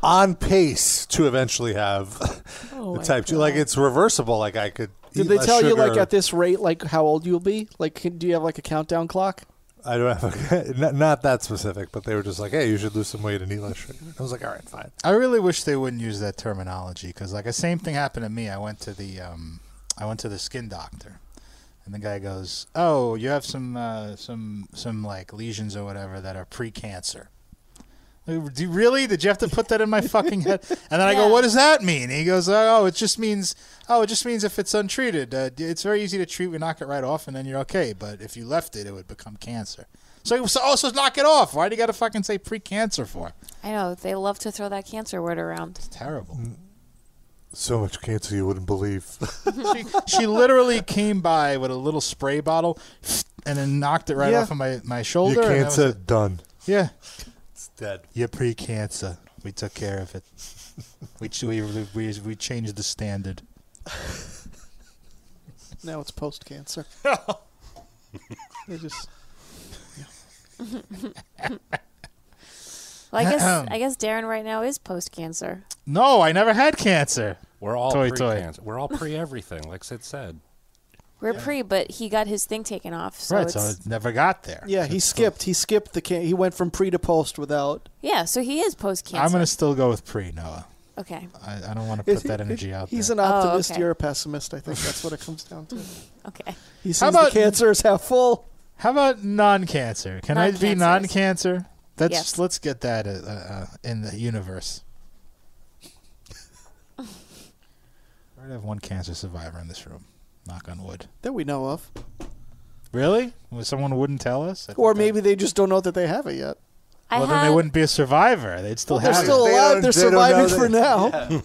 S4: on pace to eventually have the type 2. Like, it's reversible. Like, I could.
S3: Did
S4: eat
S3: they
S4: less
S3: tell you like
S4: sugar.
S3: at this rate, like how old you'll be? Like, can, do you have like a countdown clock?
S4: I don't have a, not, not that specific, but they were just like, hey, you should lose some weight and eat less sugar. I was like, all right, fine.
S7: I really wish they wouldn't use that terminology because, like, the same thing happened to me. I went to the, um, I went to the skin doctor, and the guy goes, "Oh, you have some, uh, some, some like lesions or whatever that are pre-cancer." Like, Do you- really? Did you have to put that in my fucking head? And then I go,
S5: Yeah.
S7: "What does that mean?" he goes, "Oh, it just means, oh, it just means if it's untreated, uh, d- it's very easy to treat. We knock it right off, and then you're okay. But if you left it, it would become cancer." So, oh, so also knock it off. Why do you got to fucking say pre-cancer for?
S5: I know they love to throw that cancer word around.
S7: Terrible.
S4: So much cancer you wouldn't believe.
S7: she, she literally came by with a little spray bottle and then knocked it right
S3: Yeah.
S7: off of my, my
S4: You
S7: shoulder. and that
S4: can't
S7: was
S4: say
S7: it.
S4: done.
S7: Yeah.
S4: It's dead.
S7: Your pre cancer. We took care of it. We, ch- we, we, we changed the standard.
S3: Now it's post cancer. They just
S5: Well, I guess
S7: Um.
S5: I guess Darren right now is post cancer.
S7: No, I never had cancer.
S6: We're all
S7: Toy,
S6: pre
S7: toy.
S6: cancer. We're all pre everything, like Sid said.
S5: We're pre, but he got his thing taken off, so
S7: right,
S5: it's
S7: so I never got there.
S3: yeah. He skipped. He skipped the can. He went from pre to post without.
S5: yeah. So he is post cancer.
S7: I'm going to still go with pre, Noah.
S5: okay,
S7: I, I don't want to put
S3: Is he-
S7: that energy out
S3: He's
S7: there.
S3: an optimist.
S5: okay.
S3: You're a pessimist. I think that's what it comes down to.
S5: okay.
S3: He sees
S7: How
S3: the
S7: about-
S3: cancer is half full.
S7: How about non cancer? Can I be
S5: Non-cancers.
S7: non cancer? That's
S5: Yes.
S7: Let's get that uh, uh, in the universe. we already have one cancer survivor in this room. Knock on wood.
S3: That we know of,
S7: Really? Well, someone wouldn't tell us? I think
S3: or
S7: that-
S3: maybe they just don't know that they have it yet.
S5: I
S7: Well,
S5: had
S7: then they wouldn't be a survivor. They'd still
S3: They're
S7: have
S3: still
S7: it.
S4: They
S3: alive.
S4: don't-
S3: They're
S4: they don't know
S3: surviving
S4: that-
S3: for now.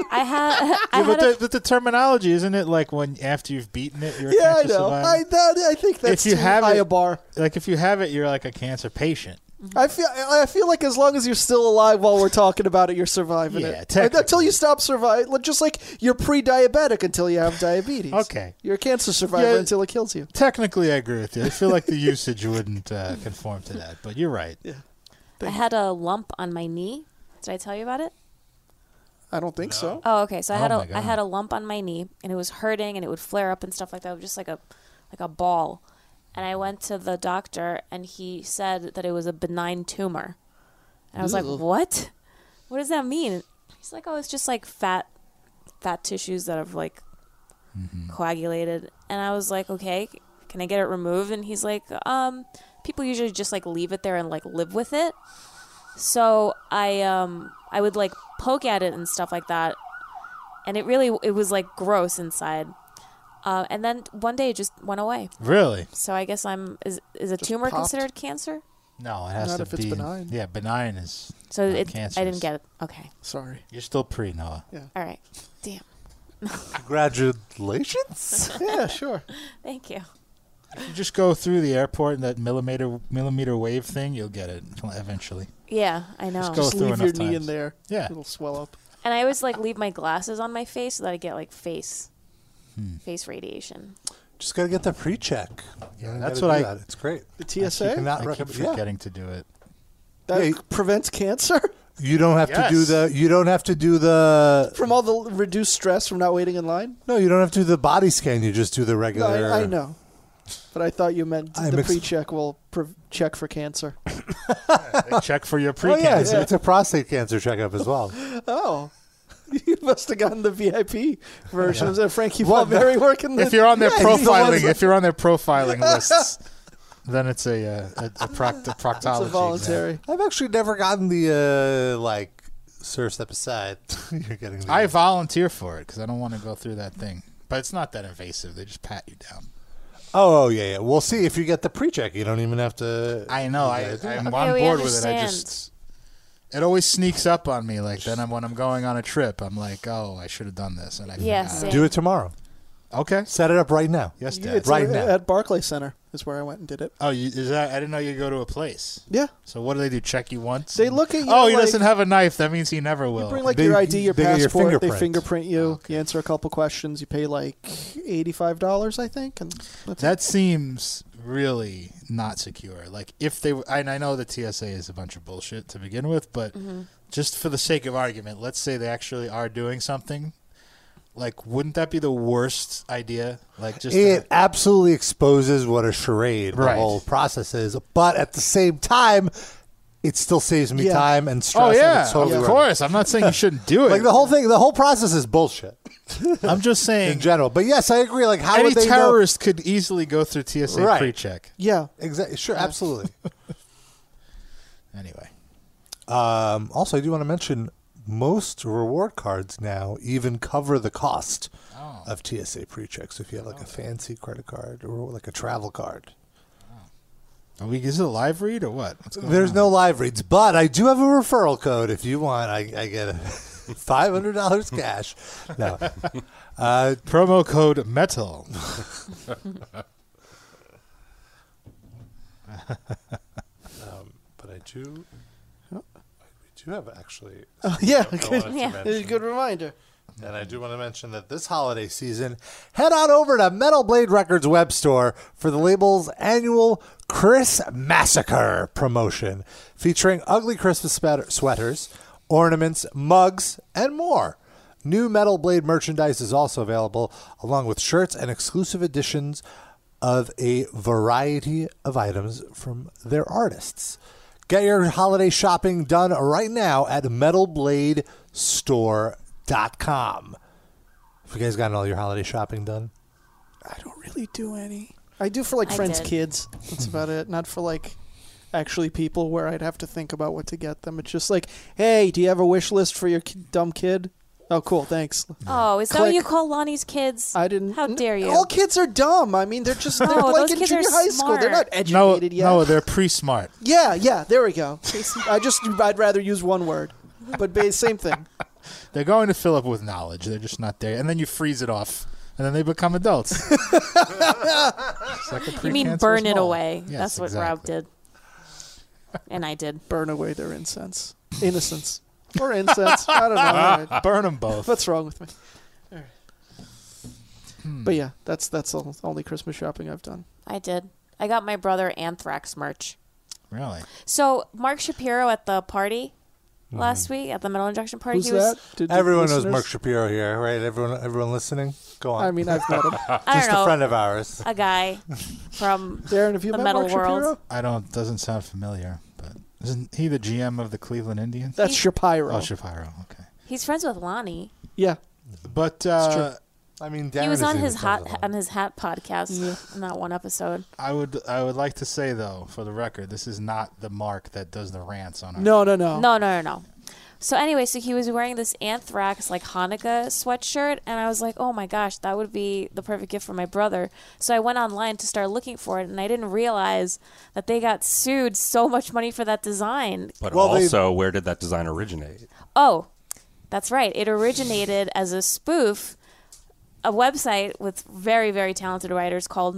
S5: I had I
S7: Yeah,
S5: had
S7: but,
S5: a,
S7: the, but the terminology isn't it like when after you've beaten it, you're a
S3: Yeah, I
S7: cancer
S3: know.
S7: survivor.
S3: I that, I think that's
S7: you
S3: too
S7: have
S3: high
S7: it-
S3: a bar.
S7: Like if you have it, you're like a cancer patient.
S3: I feel I feel like as long as you're still alive while we're talking about it, you're surviving
S7: Yeah,
S3: it.
S7: technically.
S3: Until you stop surviving, just like you're pre-diabetic until you have diabetes.
S7: Okay.
S3: You're a cancer survivor
S7: Yeah.
S3: until it kills you.
S7: Technically, I agree with you. I feel like the usage wouldn't uh, conform to that, but you're right.
S5: I had a lump on my knee. Did I tell you about it?
S3: I don't think so.
S5: Oh, okay. So I had
S7: Oh,
S5: a
S7: my
S5: I had
S7: God.
S5: a lump on my knee, and it was hurting, and it would flare up and stuff like that. It was just like a like a ball. And I went to the doctor, and he said that it was a benign tumor. And I was like,
S3: Ew.
S5: "What? What does that mean?" He's like, "Oh, it's just like fat fat tissues that have like
S7: Mm-hmm.
S5: coagulated. And I was like, okay, c- can I get it removed? And he's like, um, people usually just like leave it there and like live with it. So I um I would like poke at it and stuff like that, and it really it was like gross inside. Uh, and then one day it just went away.
S7: Really?
S5: So I guess I'm is is a tumor
S3: popped.
S5: considered cancer?
S7: No, it has
S3: Not
S7: to
S3: if it's
S7: be
S3: benign.
S7: Yeah, benign is.
S5: So
S7: Not
S5: it I
S7: cancerous.
S5: didn't get it. Okay,
S3: Sorry.
S7: You're still pre Noah.
S5: all right. Damn.
S4: Congratulations.
S3: Yeah, sure.
S5: Thank you.
S7: You just go through the airport and that millimeter millimeter wave thing, you'll get it eventually.
S5: Yeah, I know.
S7: go-
S3: Just
S7: through
S3: leave your
S7: enough
S3: knee in
S7: times.
S3: there.
S7: Yeah.
S3: It'll swell up.
S5: And I always like leave my glasses on my face so that I get like face
S7: Hmm.
S5: face radiation.
S4: Just gotta get the pre-check. You
S7: Yeah,
S4: gotta
S7: that's
S4: do
S7: what I-
S4: That. It's great.
S3: The
S7: I keep,
S3: TSA?
S4: Not
S7: I keep
S4: recommend- yeah.
S7: forgetting to do it.
S3: that
S4: Yeah, you-
S3: prevents cancer
S4: You don't have to do
S7: Yes.
S4: the. You don't have to do the.
S3: from all the reduced stress from not waiting in line?
S4: No, you don't have to do the body scan. You just do the
S3: No,
S4: regular.
S3: I, I know. But I thought you meant
S4: I'm
S3: the
S4: ex-
S3: pre-check will pre- check for cancer.
S7: They check for your pre
S4: Oh yeah, it's,
S7: cancer.
S4: it's a prostate cancer checkup as well.
S3: Oh. You must have gotten the VIP version. Was that Frankie
S4: Well,
S3: Valveri working the
S7: If you're on their
S4: Yeah, he's the one
S7: profiling,
S4: that-
S7: if you're on their profiling lists, then it's a uh, a, a, proct- a proctology.
S3: it's a
S7: exam.
S3: voluntary.
S4: I've actually never gotten the uh, like, sir, step aside. You're getting. The,
S7: I volunteer for it because I don't want to go through that thing. But it's not that invasive. They just pat you down.
S4: oh yeah, yeah. We'll see if you get the pre-check. You don't even have to.
S7: I know. I, I'm
S5: Okay,
S7: on
S5: we
S7: board with it. I
S5: understand.
S7: just it always sneaks up on me. Like then I'm, when I'm going on a trip, I'm like, oh, I should have done this, and I
S5: Yeah,
S7: forgot.
S5: same.
S4: do it tomorrow.
S7: Okay.
S4: Set it up right now.
S7: Yes,
S3: You-
S7: Dad.
S3: It's
S4: uh, Right
S3: at,
S4: now.
S3: at Barclay Center is where I went and did it.
S7: Oh, you, is that? I didn't know you go to a place.
S3: Yeah.
S7: So what do they do? Check you once?
S3: They look at you.
S7: oh, he
S3: like,
S7: doesn't have a knife. That means he never will.
S3: Bring like
S4: They-
S3: your ID, your
S4: they get your
S3: passport. they
S4: fingerprint. Oh,
S3: fingerprint you. You answer a couple questions. You pay like eighty-five dollars, I think, and that's
S7: that seems really not secure. Like if they, and I know the TSA is a bunch of bullshit to begin with, but just for the sake of argument, let's say they actually are doing something. Like, wouldn't that be the worst idea? Like, just to-
S4: It absolutely exposes what a charade
S7: Right.
S4: the whole process is, but at the same time, it still saves me
S3: Yeah.
S4: time and stress.
S7: oh
S4: and
S7: yeah,
S4: it's totally
S7: of
S4: worth it.
S7: course. I'm not saying you shouldn't do it.
S4: Like the whole thing, the whole process is bullshit
S7: I'm just
S4: in
S7: saying,
S4: general. But yes, I agree. Like how
S7: any
S4: would they
S7: terrorist could easily go through TSA
S4: Right.
S7: pre-check.
S3: yeah.
S4: know? Exactly. Sure. Absolutely.
S7: Anyway,
S4: um, also, I do want to mention most reward cards now even cover the cost
S7: Oh.
S4: of TSA pre-check. So if you have like a fancy credit card or like a travel card,
S7: are we? Is it a live read or what? What's going
S4: There's
S7: on?
S4: no live reads, but I do have a referral code if you want. I, I get a five hundred dollars cash. No, uh,
S7: promo code metal.
S4: but I do. oh, I do have actually.
S3: Yeah,
S4: I
S3: good,
S4: wanted to
S5: Yeah.
S4: mention-
S3: good reminder.
S4: And I do want to mention that this holiday season, head on over to Metal Blade Records web store for the label's annual Chris Massacre promotion, featuring ugly Christmas spat- sweaters, ornaments, mugs, and more. New Metal Blade merchandise is also available, along with shirts and exclusive editions of a variety of items from their artists. Get your holiday shopping done right now at metalbladestore.com. If you guys gotten all your holiday shopping done,
S3: I don't really do any. I do for like
S5: I
S3: friends'
S5: did.
S3: kids. That's about it. Not for like actually people where I'd have to think about what to get them. It's just like, hey, do you have a wish list for your ki- dumb kid? Oh, cool. Thanks.
S5: Oh, is that what
S3: Click.
S5: you call Lonnie's kids?
S3: I didn't.
S5: How dare you?
S3: All kids are dumb. I mean, they're just they're
S5: No,
S3: like
S5: those
S3: in
S5: kids are
S3: junior high school. They're not
S5: smart.
S7: No,
S3: educated yet.
S7: no, they're pre-smart.
S3: yeah, yeah. There we go. I just I'd rather use one word, but ba- same thing.
S7: They're going to fill up with knowledge. They're just not there. And then you freeze it off, and then they become adults. It's like a
S5: you mean
S7: precancerous
S5: burn it
S7: mole.
S5: away?
S7: Yes,
S5: That's what Rob
S7: exactly.
S5: did, and I did.
S3: Burn away their incense, innocence, or incense. I don't know. All right.
S7: Burn them both.
S3: What's wrong with me? All right. But yeah, that's that's the only Christmas shopping I've done.
S5: I did. I got my brother Anthrax merch.
S7: really?
S5: So Mark Shapiro at the party
S4: Mm-hmm.
S5: last week at the metal injection party.
S3: Who's
S5: he was
S3: that? Did the
S4: everyone knows
S3: listeners-
S4: Mark Shapiro here, right? Everyone, everyone listening, go on.
S3: I mean, I've met him.
S5: I
S4: Uh, just
S5: don't know
S4: a friend of ours.
S5: a guy from
S3: Darren, have you
S5: The
S3: met
S5: metal
S3: Mark
S5: world.
S3: Shapiro?
S7: I don't. Doesn't sound familiar. But isn't he the GM of the Cleveland Indians?
S3: That's Shapiro.
S7: Oh, Shapiro. Okay.
S5: he's friends with Lonnie.
S3: yeah,
S7: But uh,
S4: I mean, Darren
S5: He was
S4: is
S5: on
S4: in
S5: his
S4: the
S5: hot
S4: Thunder
S5: on his hat podcast in that one episode.
S7: I would I would like to say though, for the record, this is not the mark that does the rants on our
S3: No, no,
S4: Oh.
S3: no.
S5: No, no, no, no. So anyway, so he was wearing this anthrax like Hanukkah sweatshirt, and I was like, oh my gosh, that would be the perfect gift for my brother. So I went online to start looking for it, and I didn't realize that they got sued so much money for that design.
S6: But
S4: Well, they-
S6: also, where did that design originate?
S5: Oh, that's right. It originated as a spoof, a website with very, very talented writers called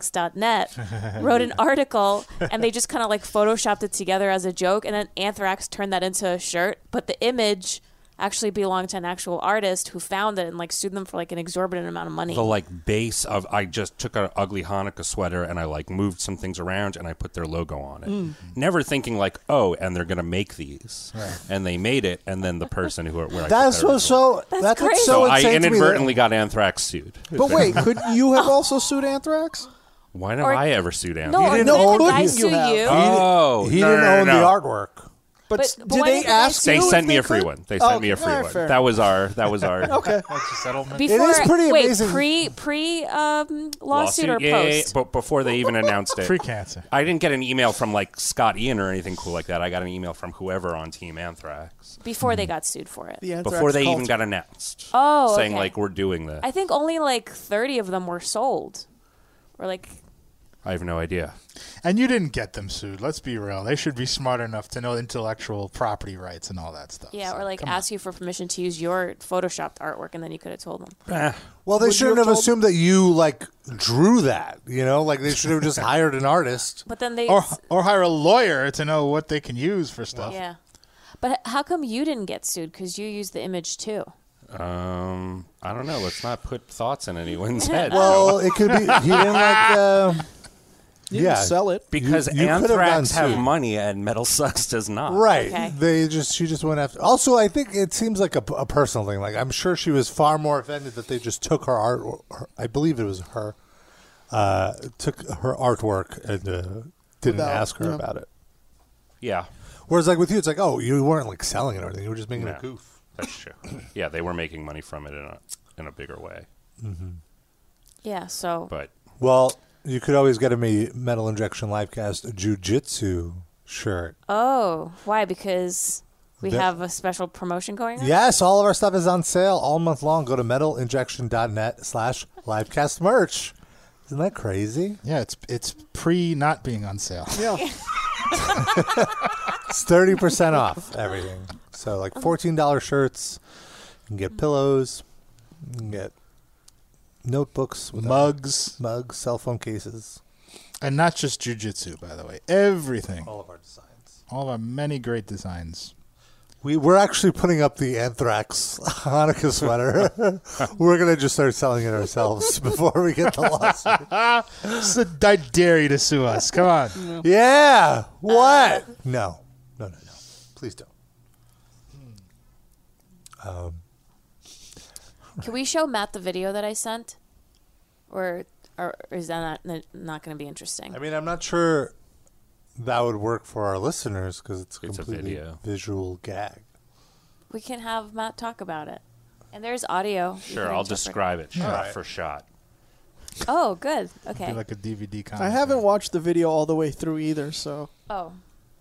S5: metalsucks.net wrote an article and they just kind of like photoshopped it together as a joke. And then Anthrax turned that into a shirt. But the image actually belonged to an actual artist who found it and like sued them for like an exorbitant amount of money.
S6: The like base of I just took an ugly Hanukkah sweater and I like moved some things around and I put their logo on it,
S4: Mm.
S6: never thinking like oh and they're gonna make these and they made it and then the person who where I put
S4: That's
S6: their
S4: so so.
S6: original-
S4: That's,
S5: crazy.
S4: so
S6: So I
S4: insane to me that-
S6: inadvertently got Anthrax sued.
S3: But wait, could you have also sued Anthrax?
S6: Why did
S5: Or-
S6: I ever sue
S5: no,
S6: Anthrax?
S5: or
S4: didn't
S5: didn't
S4: own-
S5: the guy
S3: couldn't
S5: sue
S3: you have? Uh,
S5: you?
S6: Oh,
S4: he
S6: no,
S4: didn't
S6: no, no,
S4: own
S6: no.
S4: the artwork.
S3: But,
S5: But-
S3: s-
S5: but
S3: did
S5: why
S3: they
S5: did they
S3: ask
S5: sue?
S6: They
S3: you? if
S6: sent me a
S3: they
S6: free
S3: could?
S6: one. They sent
S3: Oh,
S6: me a free
S3: alright,
S6: one.
S3: fair.
S6: That was our. That was our
S3: Okay.
S7: settlement.
S5: Before,
S4: pretty
S5: wait,
S4: amazing.
S5: pre pre um, lawsuit, or
S6: Yeah, yeah, yeah,
S5: post?
S6: But before they even announced it,
S7: Free cancer.
S6: I didn't get an email from like Scott Ian or anything cool like that. I got an email from whoever on Team Anthrax
S5: Before they got sued for it.
S3: The Anthrax
S6: before they
S3: cult.
S6: even got announced.
S5: Oh,
S6: saying
S5: okay.
S6: like we're doing this.
S5: I think only like 30 of them were sold. Or like
S6: I have no idea.
S7: And you didn't get them sued. Let's be real. They should be smart enough to know intellectual property rights and all that stuff.
S5: yeah,
S7: So,
S5: or like
S7: come
S5: ask you for permission to use your photoshopped artwork and then you could have told them.
S4: Well, they
S3: Would you
S4: shouldn't
S3: have
S4: have
S3: told-
S4: assumed that you like drew that. You know, like they should have just hired an artist.
S5: But then they
S7: on. or or hire a lawyer to know what they can use for stuff.
S5: yeah. But h- how come you didn't get sued cuz you used the image too?
S6: Um, I don't know. Let's not put thoughts in anyone's head.
S4: Well, it could be he didn't like. Uh,
S3: You
S4: yeah,
S3: didn't sell it.
S6: because
S4: you could have
S6: Anthrax
S4: gone
S6: have
S4: too.
S6: money and Metal Sucks does not.
S4: Right.
S5: Okay.
S4: They just she just went after. Also, I think it seems like a, a personal thing. Like I'm sure she was far more offended that they just took her art. Her, I believe it was her. Uh, took her artwork and uh, didn't
S3: Without-
S4: ask her
S3: yeah.
S4: about it.
S6: Yeah,
S4: Whereas, like with you, it's like, oh, you weren't like selling it or anything. You were just making
S6: No.
S4: a goof.
S6: that's true. yeah, they were making money from it in a in a bigger way,
S5: Yeah, so
S6: but
S4: Well, you could always get a me metal injection livecast jujitsu shirt.
S5: oh, why because we
S4: That-
S5: have a special promotion going on?
S4: Yes, all of our stuff is on sale all month long. Go to metalinjection.net slash livecast merch. Isn't that crazy?
S7: Yeah, it's it's pre not being on sale.
S3: Yeah.
S4: It's thirty percent off everything. So like fourteen dollar shirts. You can get pillows. You can get notebooks, with
S7: Mugs
S4: mugs, cell phone cases.
S7: and not just jujitsu, by the way. Everything.
S4: All of our designs.
S7: All of our many great designs.
S4: We we're actually putting up the anthrax Hanukkah sweater. we're gonna just start selling it ourselves before we get the lawsuit.
S7: So I dare you to sue us. Come on.
S4: Yeah. What? No. No. No. No. Please don't.
S5: Can we show Matt the video that I sent? Or or is that not not going to be interesting?
S4: I mean, I'm not sure that would work for our listeners because it's
S6: It's a
S4: completely
S6: video.
S4: visual gag.
S5: we can have Matt talk about it. And there's audio. You
S6: sure,
S5: can
S6: I'll
S5: interpret.
S6: describe it shot
S4: Alright.
S6: for shot.
S5: Oh, good. Okay.
S7: Be like a DVD comic.
S3: I haven't watched the video all the way through either, so
S5: Oh,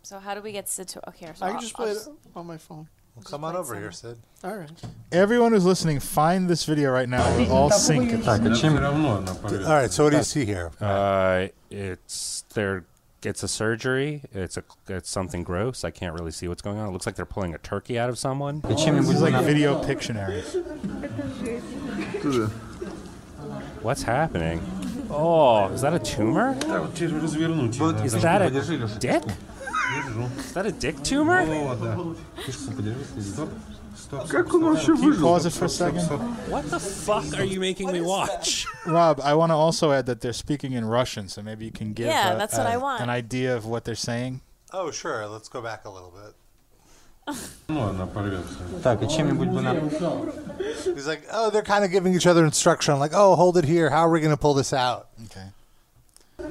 S5: so how do we get Sid to? Okay, so
S3: I
S5: I'll-
S3: can just play
S5: I'll
S3: it on my phone.
S4: Well, come on over here, Sid.
S3: All right.
S7: Everyone who's listening, find this video right now. We're all synced.
S4: All right, so what do you see here?
S6: Uh, it's they're it's a surgery. It's a it's something gross. I can't really see what's going on. It looks like they're pulling a turkey out of someone.
S7: This is like video Pictionary.
S6: What's happening? Oh, is that a tumor? Is that a dick? Is that a dick tumor?
S7: Can you pause it for a second?
S6: What the fuck are you making me watch?
S7: Rob, I want to also add that they're speaking in Russian, so maybe you can give
S5: Yeah,
S7: a-
S5: that's what
S7: a-
S5: I want.
S7: an idea of what they're saying.
S4: Oh, sure. Let's go back a little bit. He's like, oh, they're kind of giving each other instruction. Like, oh, hold it here. How are we going to pull this out?
S7: Okay.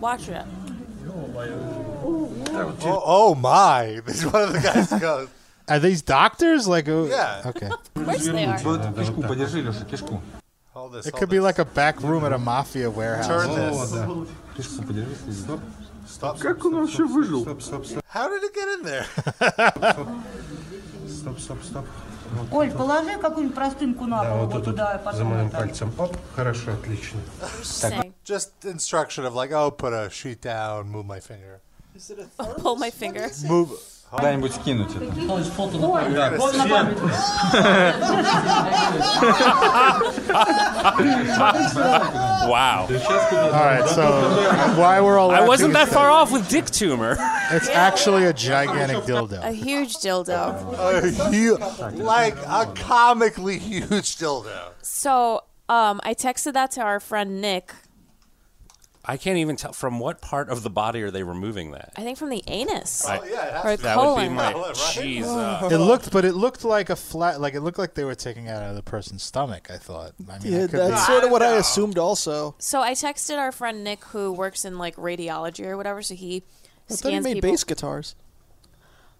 S5: Watch it.
S4: Oh, oh my! One of the guys goes,
S7: Are these doctors? Like, oh,
S4: Yeah.
S7: Okay.
S5: Of course they are.
S2: Вот кишку подержи, Леша, кишку.
S4: Hold this,
S7: It
S4: hold
S7: could be
S4: this.
S7: like Oh, a back room at a mafia warehouse.
S4: Turn
S6: Oh.
S4: this.
S2: Кишку подержи. Стоп.
S4: Stop.
S2: Как он вообще выжил? Стоп, стоп, стоп,
S4: How did it get in there?
S2: стоп, стоп, стоп.
S9: Оль, положи какую-нибудь простынку на пол, вот, туда, потом
S2: за моим
S9: это.
S2: пальцем. Оп, хорошо, отлично.
S5: Interesting.
S4: Just instruction of like, oh, put a sheet down, move my finger.
S5: Pull my finger.
S4: Move.
S2: Куда-нибудь скинуть это.
S6: Wow.
S7: All right. So why we're all
S6: I
S7: laughing
S6: wasn't
S7: is
S6: that far off with dick tumor.
S7: It's actually a gigantic
S5: A
S7: dildo.
S5: huge dildo.
S4: You, like a comically huge dildo.
S5: So um, I texted that to our friend Nick.
S6: I can't even tell from what part of the body are they removing that.
S5: I think from the anus
S6: I-
S5: or a
S6: that would be
S5: colon.
S6: my
S4: Colon, right?
S6: jeez. uh,
S7: It looked, but it looked like a flat. Like it looked like they were taking it out of the person's stomach. I thought. I mean,
S3: Yeah,
S7: it could be.
S3: that's sort of what I assumed also.
S5: So I texted our friend Nick, who works in like radiology or whatever. So he
S3: I thought he
S5: scans
S3: made
S5: people.
S3: bass guitars.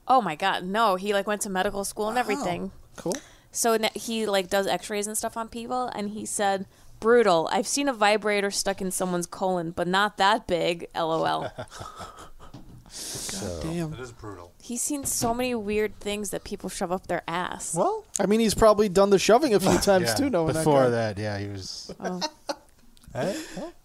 S5: Oh my god, no! He like went to medical school and everything.
S3: Cool.
S5: So n- he like does X-rays and stuff on people, and he said, "Brutal. I've seen a vibrator stuck in someone's colon, but not that big." LOL.
S3: Damn.
S4: It is brutal.
S5: He's seen so many weird things that people shove up their ass.
S4: Well,
S3: I mean, he's probably done the shoving a few times
S7: Yeah,
S3: too. Knowing
S7: before
S3: that, guy.
S7: that, yeah, he was.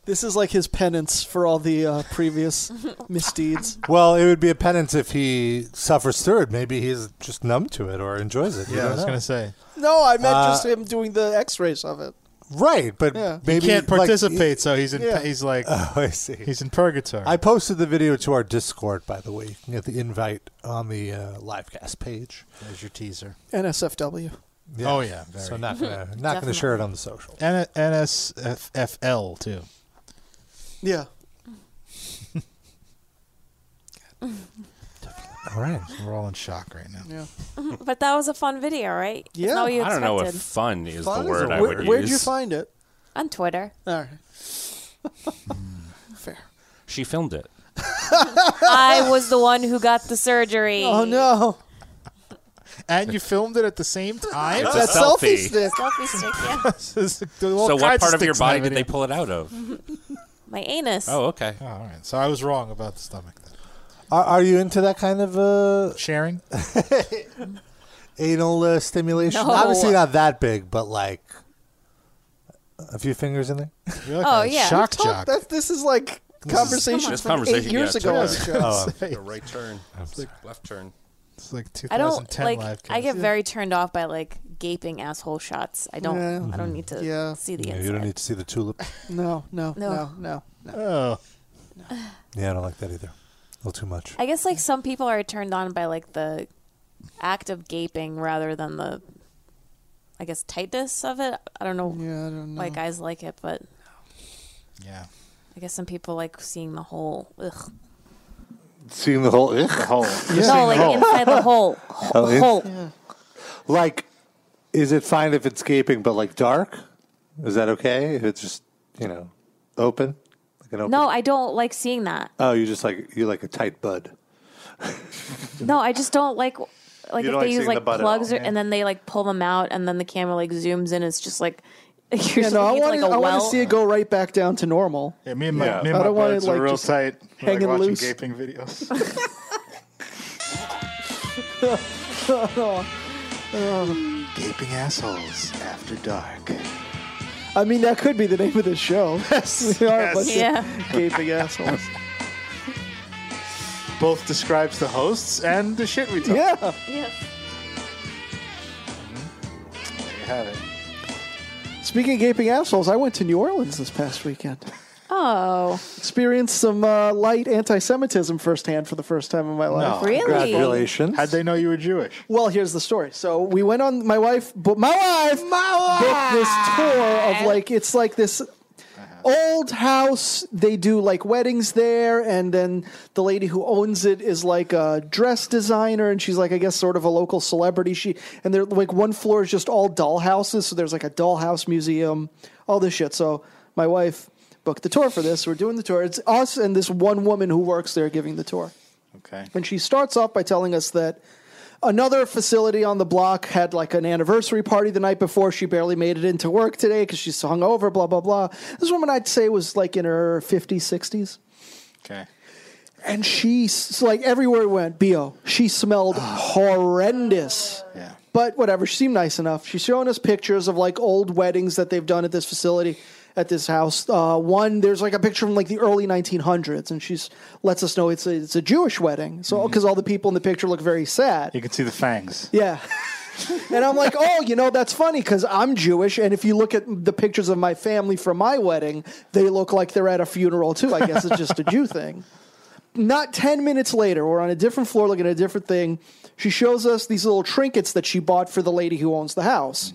S3: this is like his penance for all the uh, previous misdeeds.
S4: well, it would be a penance if he suffers through it. Maybe he's just numb to it or enjoys it. You
S7: Yeah, I
S4: don't
S7: was
S4: know.
S7: gonna say
S3: No, I meant just him doing the X-rays of it.
S4: Right, but
S3: Yeah. He
S4: maybe
S7: he can't
S4: like,
S7: participate, so he's in.
S3: Yeah. Uh,
S7: He's like
S4: oh, I see.
S7: he's in purgatory.
S4: I posted the video to our Discord, by the way. You can get the invite on the uh, livecast page.
S7: There's your teaser.
S3: NSFW.
S7: Oh yeah, very.
S4: So not gonna not gonna share it on the social.
S7: N- NSFFL too.
S3: Yeah.
S4: All right.
S7: We're all in shock right now.
S3: Yeah.
S5: But that was a fun video, right? It's
S3: Yeah.
S5: not what you
S6: I don't
S5: expected.
S6: know if fun is
S4: Fun is
S6: the word
S4: a
S6: I
S4: word.
S6: would
S3: Where'd
S6: use.
S3: you find it?
S5: On Twitter.
S3: All right. Fair.
S6: she filmed it.
S5: I was the one who got the surgery.
S3: Oh no,
S7: And you filmed it at the same time.
S6: It's
S3: that
S6: a
S3: selfie,
S6: selfie.
S3: stick.
S5: Selfie stick, yeah.
S6: So what part of your body did they pull it out of?
S5: My anus.
S6: Oh, okay.
S7: Oh, all right. So I was wrong about the stomach. Then.
S4: Are, are you into that kind of uh,
S7: Sharing.
S4: anal uh, stimulation?
S5: No.
S4: Obviously not that big, but like a few fingers in there.
S7: You're like
S5: Oh,
S7: a
S5: yeah.
S7: Shock
S3: Talk-
S7: jock.
S3: that- this is like conversation
S6: this
S3: from eight
S6: conversation,
S3: years
S6: yeah,
S3: ago.
S6: totally.
S3: on the show.
S6: right turn. left turn.
S7: It's like
S5: I don't
S7: 2010
S5: like.
S7: live.
S5: I
S7: cast.
S5: get very turned off by like gaping asshole shots. I don't.
S3: Yeah.
S5: I
S6: Mm-hmm.
S5: don't need to
S3: Yeah.
S5: see the
S4: Yeah,
S5: inside.
S4: you don't need to see the tulip.
S3: No, no, no,
S5: No.
S3: no, no.
S7: Oh,
S4: Yeah, I don't like that either. A little too much.
S5: I guess like some people are turned on by like the act of gaping rather than the, I guess tightness of it. I don't know
S3: Yeah, I don't know.
S5: why guys like it, but
S7: yeah.
S5: I guess some people like seeing the hole. Ugh.
S4: Seeing the whole
S7: Hole.
S5: No, like inside the hole. hole.
S4: like, is it fine if it's gaping but like dark? Is that okay? If it's just you know open, like an open.
S5: No, I don't like seeing that.
S4: Oh, you just like you like a tight bud.
S5: No, I just don't like like
S4: You
S5: if
S4: don't
S5: they
S4: like
S5: use
S4: seeing the
S5: like
S4: butt at
S5: plugs
S4: all,
S5: or, and then they like pull them out and then the camera like zooms in. It's just like you're
S3: Yeah, no, I
S5: looking at,
S3: want
S5: like a
S3: I want
S5: well.
S3: to see it go right back down to normal.
S7: Yeah, me and my, me
S3: I
S7: and my
S3: don't want
S7: buds
S3: it, like,
S7: are real
S3: just
S7: tight. We're,
S3: hanging
S7: like watching
S3: loose.
S7: gaping videos. gaping assholes after dark.
S3: I mean, that could be the name of this show. we are a bunch
S5: Yeah.
S3: of gaping assholes.
S7: Both describes the hosts and the shit we talk.
S3: Yeah.
S5: Yes.
S7: There you have it.
S3: Speaking of gaping assholes, I went to New Orleans this past weekend.
S5: Oh,
S3: Experienced some uh, light anti-Semitism firsthand for the first time in my life.
S5: really?
S4: Oh, Congratulations.
S7: How'd they know you were Jewish?
S3: Well, here's the story. So we went on my wife, but my wife, booked this tour of like it's like this old house. They do like weddings there, and then the lady who owns it is like a dress designer, and she's like I guess sort of a local celebrity. She and they're like one floor is just all dollhouses, so there's like a dollhouse museum, all this shit. So my wife booked the tour for this. We're doing the tour. It's us and this one woman who works there giving the tour.
S7: Okay.
S3: And she starts off by telling us that Another facility on the block had like an anniversary party the night before. She barely made it into work today because she's hungover, blah, blah, blah. This woman I'd say was like in her 50s, 60s.
S7: Okay.
S3: And she, s- like everywhere we went, B.O., she smelled horrendous.
S7: Yeah.
S3: But whatever, she seemed nice enough. She's showing us pictures of like old weddings that they've done at this facility, at this house. Uh, one, there's like a picture from like the early 1900s, and she's lets us know it's a, it's a Jewish wedding. So, because all the people in the picture look very sad.
S7: You can see the fangs.
S3: Yeah. and I'm like, oh, you know, that's funny because I'm Jewish. And if you look at the pictures of my family from my wedding, they look like they're at a funeral too. I guess it's just a Jew thing. Not 10 minutes later, we're on a different floor looking at a different thing. She shows us these little trinkets that she bought for the lady who owns the house.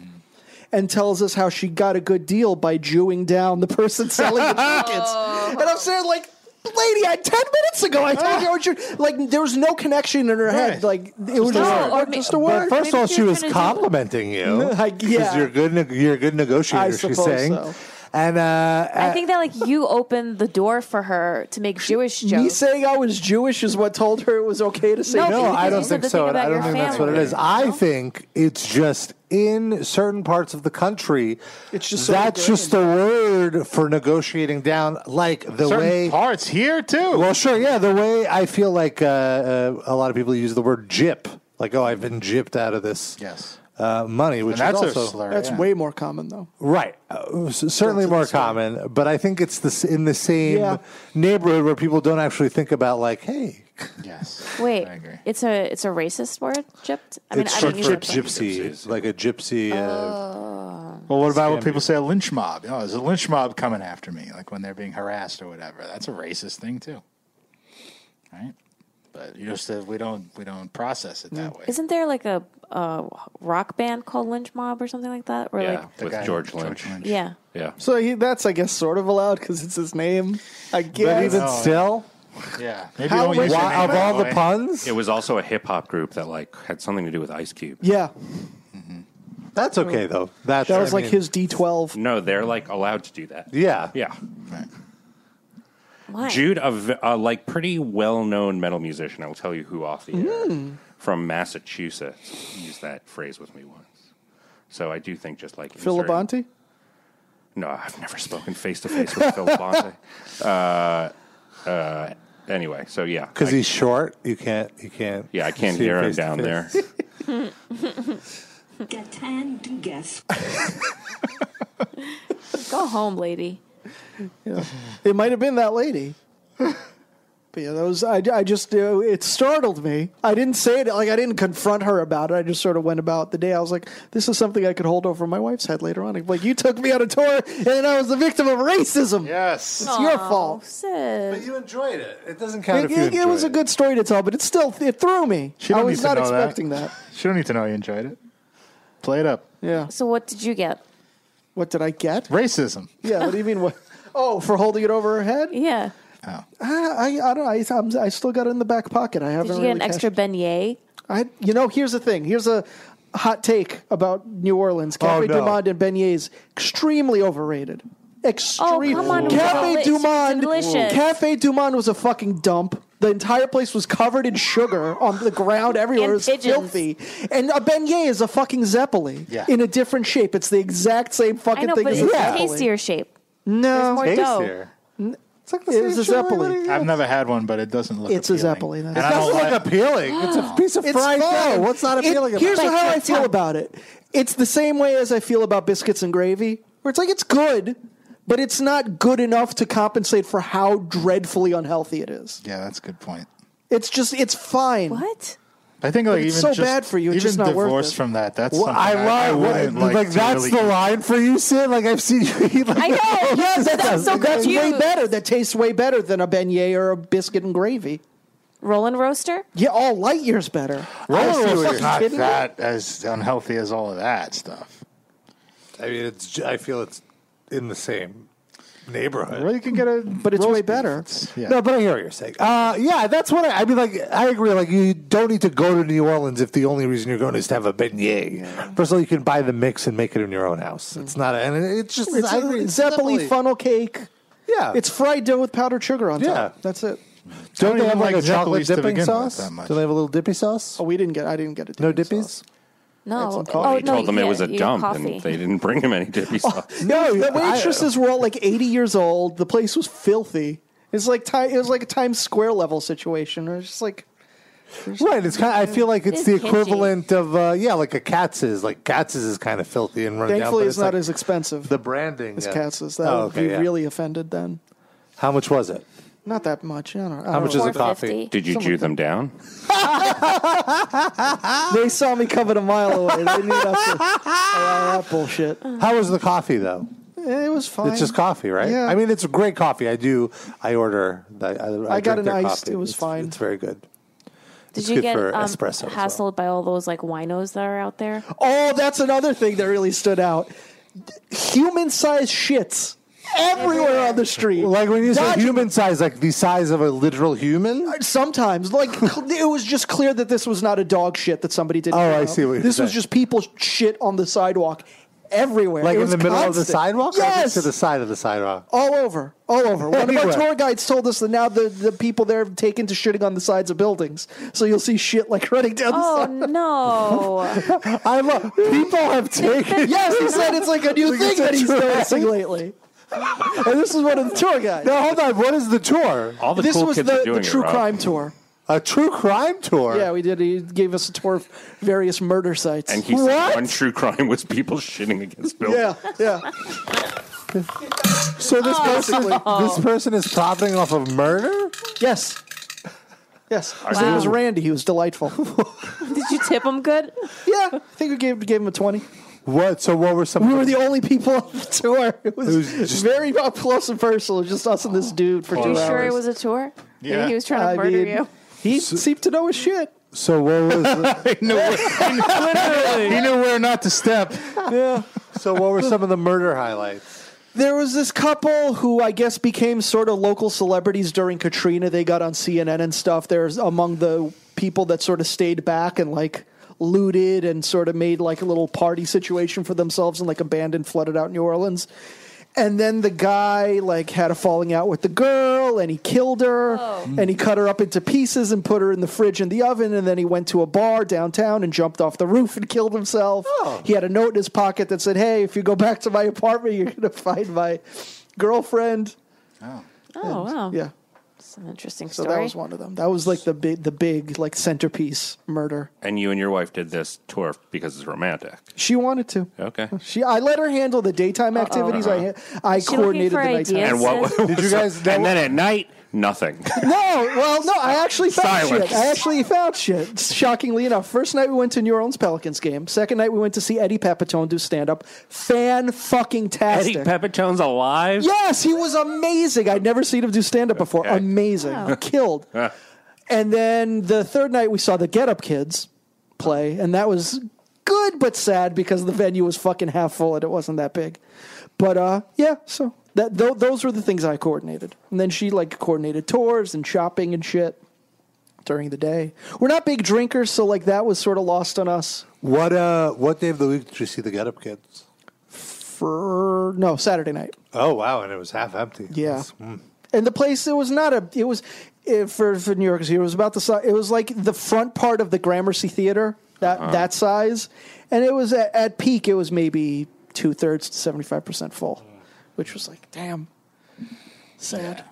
S3: And tells us how she got a good deal by Jewing down the person selling the trinkets. And I'm saying, like, lady, I ten minutes ago I told you I was Jew-" like there was no connection in her head.
S7: Right.
S3: Like it was just,
S5: word.
S3: or just a word.
S4: First of
S5: Maybe
S4: all,
S5: she
S4: she
S5: was
S4: was
S5: trying to do-
S4: complimenting you.
S3: I- yeah.
S4: Because you're a good, neg- you're a good negotiator.
S3: I
S4: she's
S3: suppose
S4: saying,
S3: so.
S4: and uh,
S5: I think that like you opened the door for her to make Jewish
S3: Me
S5: jokes.
S3: saying I was Jewish is what told her it was okay to say.
S5: No,
S3: Jew.
S4: no,
S5: because
S4: I
S5: you
S4: don't
S5: said
S4: think
S5: the
S4: so.
S5: thing
S4: and I
S5: about
S4: don't
S5: your
S4: think that's what it
S5: family,
S4: is. I think it's just in certain parts of the country.
S3: It's just so
S4: that's just the word for negotiating down, like the
S7: Certain
S4: way.
S7: parts here too.
S4: Well, sure, yeah. The way I feel like uh, uh, a lot of people use the word "jip," like, "Oh, I've been jipped out of this
S7: yes.
S4: uh, money," which
S7: And that's
S4: is also
S7: a slur.
S3: That's
S7: yeah.
S3: way more common though.
S4: Right, uh, s- certainly more common, but I think it's the, s- in the same
S3: Yeah.
S4: neighborhood where people don't actually think about like, hey,
S7: Yes.
S5: Wait,
S7: I agree.
S5: it's a it's a racist word, gypped. I
S4: it's short
S5: don't
S4: for
S5: use it, but-
S4: gypsy, like a gypsy. Uh,
S7: Well, what about when people say a lynch mob? Oh, there's a lynch mob coming after me, like when they're being harassed or whatever. That's a racist thing too, right? But you just said we don't we don't process it
S3: Mm.
S7: that way.
S5: Isn't there like a, a rock band called Lynch Mob or something like that? Or
S10: Yeah,
S5: like
S10: with
S7: guy-
S10: George Lynch.
S5: yeah.
S10: Yeah.
S3: So he, that's I guess sort of allowed because it's his name. I
S4: but
S3: guess.
S4: even still,
S7: Yeah. Maybe
S3: How
S7: don't use
S3: was-
S7: your
S4: why-
S7: name
S4: of
S7: that
S4: all the
S7: way.
S4: puns,
S10: It was also a hip hop group that like had something to do with Ice Cube.
S3: yeah,
S4: that's okay though. That's,
S3: that was
S4: I
S3: like
S4: mean,
S3: his D twelve.
S10: No, they're like allowed to do that.
S4: Yeah,
S10: Yeah.
S5: Why?
S10: Jude, a, v- a, like pretty well known metal musician, I will tell you who off the air from Massachusetts used that phrase with me once. So I do think just like
S3: Phil
S10: inserting-
S3: Labonte.
S10: No, I've never spoken face to face with Phil Labonte. Uh, uh, anyway, so yeah,
S4: because
S10: I-
S4: he's short. You can't. You can't.
S10: yeah, I can't
S4: see
S10: hear him
S4: face to
S10: down
S4: face.
S10: there.
S9: Get and guess.
S5: Go home, lady.
S3: It might have been that lady. But yeah, that was I. I just uh, it startled me. I didn't say it like I didn't confront her about it. I just sort of went about the day. I was like, this is something I could hold over my wife's head later on. Like you took me on a tour and I was the victim of racism.
S7: Yes.
S3: It's your fault.
S5: Sid.
S4: You enjoyed it. It doesn't count.
S3: It,
S4: if you
S3: it- it was a
S4: enjoyed
S3: good story to tell, but it still it threw me.
S7: She don't
S3: I
S7: need
S3: was
S7: to
S3: not
S7: know that.
S3: expecting that.
S7: She don't need to know you enjoyed it. Play it up.
S3: Yeah.
S5: So what did you get?
S3: What did I get?
S7: Racism.
S3: Yeah. What do you mean? What? Oh, for holding it over her head?
S5: Yeah.
S7: Oh.
S3: Ah, I I don't. I, I'm, I still got it in the back pocket. I haven't.
S5: Did you
S3: really
S5: get an extra beignet?
S3: cashed- I. You know, here's the thing. Here's a hot take about New Orleans. Cafe
S4: no.
S3: Du Monde and beignets extremely overrated.
S5: Oh,
S3: Extremely.
S5: come on, it was
S3: Cafe
S5: deli-
S3: Du Monde.
S5: delicious.
S3: Cafe Du Monde was a fucking dump. The entire place was covered in sugar on the ground everywhere.
S5: And
S3: it was
S5: pigeons.
S3: filthy. And a beignet is a fucking zeppelin
S7: Yeah.
S3: in a different shape. It's the exact same fucking
S5: I know,
S3: thing
S5: but
S3: as
S5: it's
S3: a
S5: a
S3: zeppelin.
S5: tastier shape.
S3: No,
S5: There's more
S4: it.
S5: dough.
S4: Tastier. It's like the
S3: It was a
S4: shit,
S3: Zeppelin.
S4: everybody-
S7: I've never had one, but it doesn't look.
S3: It's a
S7: appealing.
S3: Zeppelin, that's-
S7: And
S3: It
S7: I don't
S4: Doesn't
S7: like.
S4: look appealing. It's a piece of
S3: It's
S4: fried
S3: fun.
S4: dough. What's not
S3: It-
S4: appealing? about
S3: Here's
S5: it?
S3: how I
S5: Like,
S3: feel about it. It's the same way as I feel about biscuits and gravy, where it's like it's good, but it's not good enough to compensate for how dreadfully unhealthy it is.
S7: yeah, that's a good point.
S3: It's just it's fine.
S5: What?
S7: I think like
S3: But it's
S7: even
S3: so
S7: just-
S3: bad for you, it's
S7: even
S3: just not worth
S7: divorced
S3: it.
S7: from that. That's
S4: Well,
S7: something
S4: I
S7: I, I
S4: love
S7: wouldn't
S4: like,
S7: like. to
S4: that's
S7: really
S4: the
S7: eat.
S4: line for you, Sid. Like I've seen you eat. Like,
S5: I
S3: Oh,
S5: know. Yes, that's so
S3: That's way
S5: confused.
S3: better. That tastes way better than a beignet or a biscuit and gravy.
S5: Roland roaster?
S3: Yeah, all light years better.
S7: Roller
S3: Oh, Are you
S7: roaster's
S3: fucking
S7: not
S3: kidding me?
S7: that as unhealthy as all of that stuff.
S4: I mean, it's. j- I feel it's in the same neighborhood.
S7: Well, you can get a,
S3: But it's
S7: roast
S3: way
S7: beef.
S3: better.
S7: It's- Yeah.
S4: No, but I hear what you're saying. Uh, yeah, that's what I, I mean. Like, I agree. Like, you don't need to go to New Orleans if the only reason you're going is to have a beignet. First of all, you can buy the mix and make it in your own house. It's not, a, and it- it's just
S3: It's
S4: I
S3: a
S4: agree,
S3: zeppelin funnel cake.
S4: Yeah,
S3: It's fried dough with powdered sugar on
S4: Uh, Yeah.
S3: top. That's it.
S4: Don't they have like,
S7: like
S4: a chocolate
S7: Zeppelins to
S4: dipping
S7: begin with
S4: sauce?
S7: that much.
S4: Do they have a little dippy sauce?
S3: Oh, we didn't get. I didn't get a
S4: No
S3: dipping
S4: dippies?
S3: sauce.
S5: No,
S3: some
S5: oh
S3: coffee.
S10: He
S5: no,
S10: told them
S5: you
S10: it was a
S5: can't. You
S10: dump,
S5: coffee.
S10: and they didn't bring him any dippy sauce.
S3: No, the waitresses were all like eighty years old. The place was filthy. It's like ti- it was like a Times Square level situation. It was just like
S4: Right. It's kind. Of, I feel like it's,
S5: It's
S4: the
S5: kitschy.
S4: equivalent of uh, yeah, like a Katz's. Like Katz's is kind of filthy and run down.
S3: thankfully
S4: but
S3: it's
S4: like
S3: not as expensive
S4: the branding.
S3: as
S4: yeah.
S3: Katz's. That
S4: Oh,
S3: would
S4: okay,
S3: be
S4: yeah.
S3: really offended then.
S4: How much was it?
S3: Not that much. I don't, I don't
S4: How much
S3: know.
S4: is the coffee?
S5: 450.
S10: Did you Jew them down?
S3: They saw me coming a mile away. They knew not to allow that bullshit.
S4: How was the coffee though?
S3: It was fine.
S4: It's just coffee, right?
S3: Yeah.
S4: I mean, it's great coffee. I do. I order. I, I,
S3: I got
S4: drink
S3: an
S4: their
S3: iced.
S4: coffee.
S3: It was
S4: It's-
S3: fine.
S4: It's very good.
S5: Did
S4: It's
S5: you
S4: good
S5: get
S4: for
S5: um,
S4: espresso as well.
S5: hassled by all those like winos that are out there?
S3: Oh, that's another thing that really stood out. Human-sized shits everywhere on the street.
S4: Like when you say
S3: Dodging-
S4: human size, like the size of a literal human.
S3: Sometimes, like it was just clear that this was not a dog shit that somebody did.
S4: Oh, I see what you're
S3: this
S4: saying.
S3: was just people shit on the sidewalk everywhere,
S4: Like
S3: It
S4: in
S3: was
S4: the middle of the
S3: constant.
S4: sidewalk, or
S3: Yes,
S4: just to the side of the sidewalk.
S3: all over, all over. One of our
S4: Everywhere.
S3: tour guides told us that now the, the people there have taken to shitting on the sides of buildings. So you'll see shit like running down the
S5: Oh
S3: side.
S5: no!
S4: I love people have taken.
S3: Yes, he said it's like a new
S4: Like
S3: thing
S4: it's a
S3: that he's
S4: trend.
S3: noticing lately. and this is one of the tour guides.
S4: No, hold on. What is the tour?
S10: All the
S3: this
S10: cool
S3: was
S10: kids
S3: the,
S10: are doing
S3: the true
S10: it, Rob.
S3: crime tour.
S4: A true crime tour.
S3: Yeah, we did. He gave us a tour of various murder sites.
S10: And he said one true crime was people shitting against buildings.
S3: yeah, yeah.
S4: so this person, this person is profiting off of murder.
S3: Yes. Yes. His name was
S5: Wow.
S3: Randy. He was delightful.
S5: Did you tip them good?
S3: yeah, I think we gave, gave him a 20.
S4: What? So what were some?
S3: We were the only people on the tour. It was,
S4: was just-
S3: very up close and personal. Just us and this dude for
S5: Are
S3: two
S5: you
S3: hours.
S5: sure it was a tour? Maybe
S7: Yeah.
S5: he was trying to
S3: I
S5: murder
S3: mean,
S5: you.
S3: He seemed to know his shit.
S4: so what was? the-
S7: He knew, where, he knew where not to step.
S4: so what were some of the murder highlights?
S3: There was this couple who I guess became sort of local celebrities during Katrina. They got on CNN and stuff. There's among the people that sort of stayed back and like looted and sort of made like a little party situation for themselves and like abandoned, flooded out New Orleans. And then the guy like had a falling out with the girl and he killed her
S5: Oh.
S3: and he cut her up into pieces and put her in the fridge and the oven and then he went to a bar downtown and jumped off the roof and killed himself.
S5: Oh.
S3: He had a note in his pocket that said, "Hey, if you go back to my apartment, you're going to find my girlfriend."
S5: Oh wow!
S3: Yeah.
S5: It's an interesting
S3: So
S5: story.
S3: that was one of them. That was like the big the big like centerpiece murder.
S10: And you and your wife did this tour because it's romantic.
S3: She wanted to.
S10: Okay.
S3: She I let her handle the daytime activities. I I
S5: she looking
S3: coordinated
S5: for
S3: the nighttime.
S5: ideas?
S10: And what
S4: Did you guys?
S10: And then at night, nothing.
S3: No, well, no, I actually found
S10: Silence.
S3: shit. I actually found shit. Shockingly enough, first night we went to New Orleans Pelicans game. Second night we went to see Eddie Pepitone do stand up. Fan fucking tastic.
S10: Pepitone's alive.
S3: yes, he was amazing. I'd never seen him do stand up before.
S10: Okay.
S3: Amazing, killed. and then the third night we saw the Get Up Kids play, and that was good but sad because the venue was fucking half full and it wasn't that big. But uh, yeah, so that th- those were the things I coordinated, and then she like coordinated tours and shopping and shit during the day. We're not big drinkers, so like that was sort of lost on us.
S4: What uh? What day of the week did you see the Get Up Kids?
S3: For no Saturday night.
S4: Oh wow, and it was half empty.
S3: Yeah.
S4: That's- mm.
S3: And the place it was not a it was it, for for New Yorkers here it was about the size it was like the front part of the Gramercy Theater that
S4: Uh-huh.
S3: that size, and it was at, at peak it was maybe two thirds to seventy five percent full, which was like damn sad.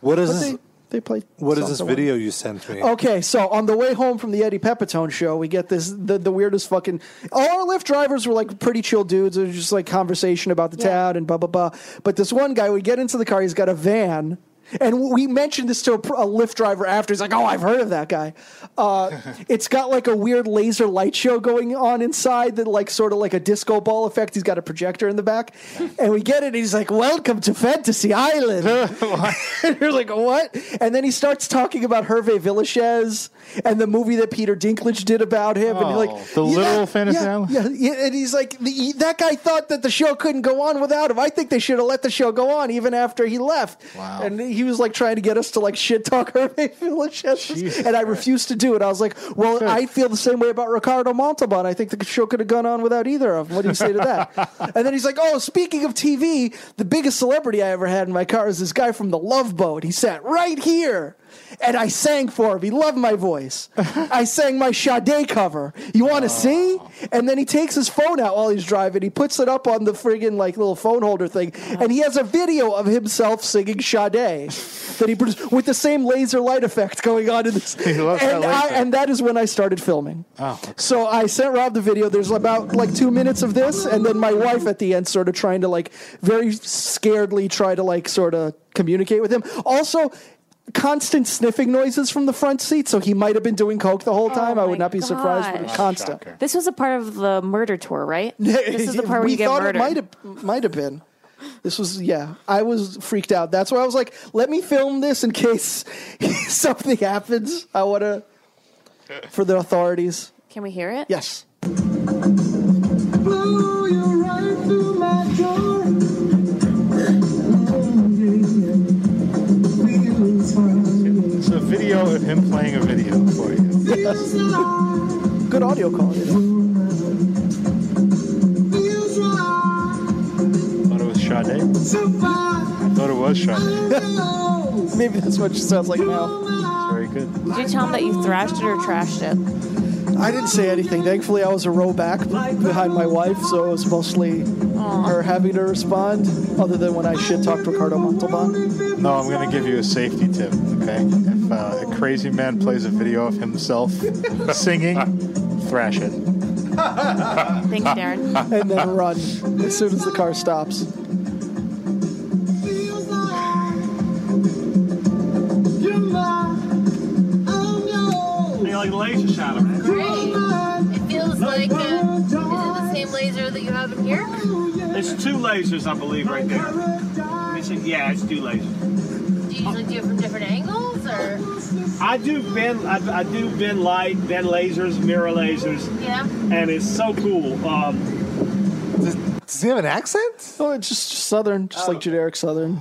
S4: What is
S3: But
S4: this?
S3: they they played.
S4: what is this
S3: something. Oh,
S4: video you sent me?
S3: Okay, so on the way home from the Eddie Pepitone show, we get this the, the weirdest fucking. All our Lyft drivers were like pretty chill dudes. It was just like conversation about the
S5: Yeah.
S3: town and blah blah blah. But this one guy, we get into the car. He's got a van, and we mentioned this to a, pr- a Lyft driver after. He's like, "Oh, I've heard of that guy." Uh, it's got like a weird laser light show going on inside that like sort of like a disco ball effect. He's got a projector in the back, and we get it. And he's like, "Welcome to Fantasy Island." and you're like, what? And then he starts talking about Hervé Villachez and the movie that Peter Dinklage did about him. and you're like,
S7: Oh. the
S3: yeah,
S7: literal fantasy
S3: yeah,
S7: island?
S3: Yeah, yeah. And he's like, the, that guy thought that the show couldn't go on without him. I think they should have let the show go on even after he left.
S7: Wow.
S3: And he was like trying to get us to like shit talk Hervé Villachez. And I refused to do it. I was like, well, I feel the same way about Ricardo Montalban. I think the show could have gone on without either of them. What do you say to that? and then he's like, oh, speaking of TV, the biggest celebrity I ever had in my car is this guy from The Love Boat. He sat right here. and I sang for him. He loved my voice. I sang my Sade cover. You
S7: Oh.
S3: want to see? And then he takes his phone out while he's driving. He puts it up on the friggin' like little phone holder thing, and he has a video of himself singing Sade that he produced with the same laser light effect going on in this.
S7: loves that
S3: and,
S7: laser.
S3: I, and that is when I started filming.
S7: Oh, okay.
S3: So I sent Rob the video. There's about like two minutes of this, and then my wife at the end sort of trying to like very scaredly try to like sort of communicate with him. Also, constant sniffing noises from the front seat, so he might have been doing coke the whole time. I
S5: Oh my
S3: would not be surprised, but
S5: gosh.
S3: it's constant.
S5: This was a part of the murder tour, right? this is the part where
S3: we
S5: you get
S3: thought
S5: murdered.
S3: it might have might have been. This was yeah. I was freaked out. That's why I was like, let me film this in case something happens. I want to for the authorities.
S5: Can we hear it?
S3: Yes.
S7: It's a video of him playing a video for you.
S3: Good audio quality.
S7: Thought it was Sade. Thought it was Sade. It's
S3: Maybe that's what she sounds like now.
S7: very good.
S5: Did you tell him that you thrashed it or trashed it?
S3: I didn't say anything. Thankfully, I was a row back behind my wife, so it was mostly her having to respond, other than when I shit talked Ricardo Montalban.
S7: No, I'm going to give you a safety tip, okay? If uh, a crazy man plays a video of himself singing, thrash it.
S5: Thank you, Darren.
S3: And then run as soon as the car stops.
S11: like laser shadow, man.
S12: It feels like uh, is it the same laser that you have in here?
S11: It's two lasers, I believe, right there. They said, yeah, it's two lasers.
S12: Do you usually do it from different angles or
S11: I do bend, I, I do bend light, bend lasers, mirror lasers,
S12: yeah?
S11: and it's so cool. Um,
S4: Does he have an accent?
S3: Oh, it's just, just southern, just
S11: Oh.
S3: like generic southern.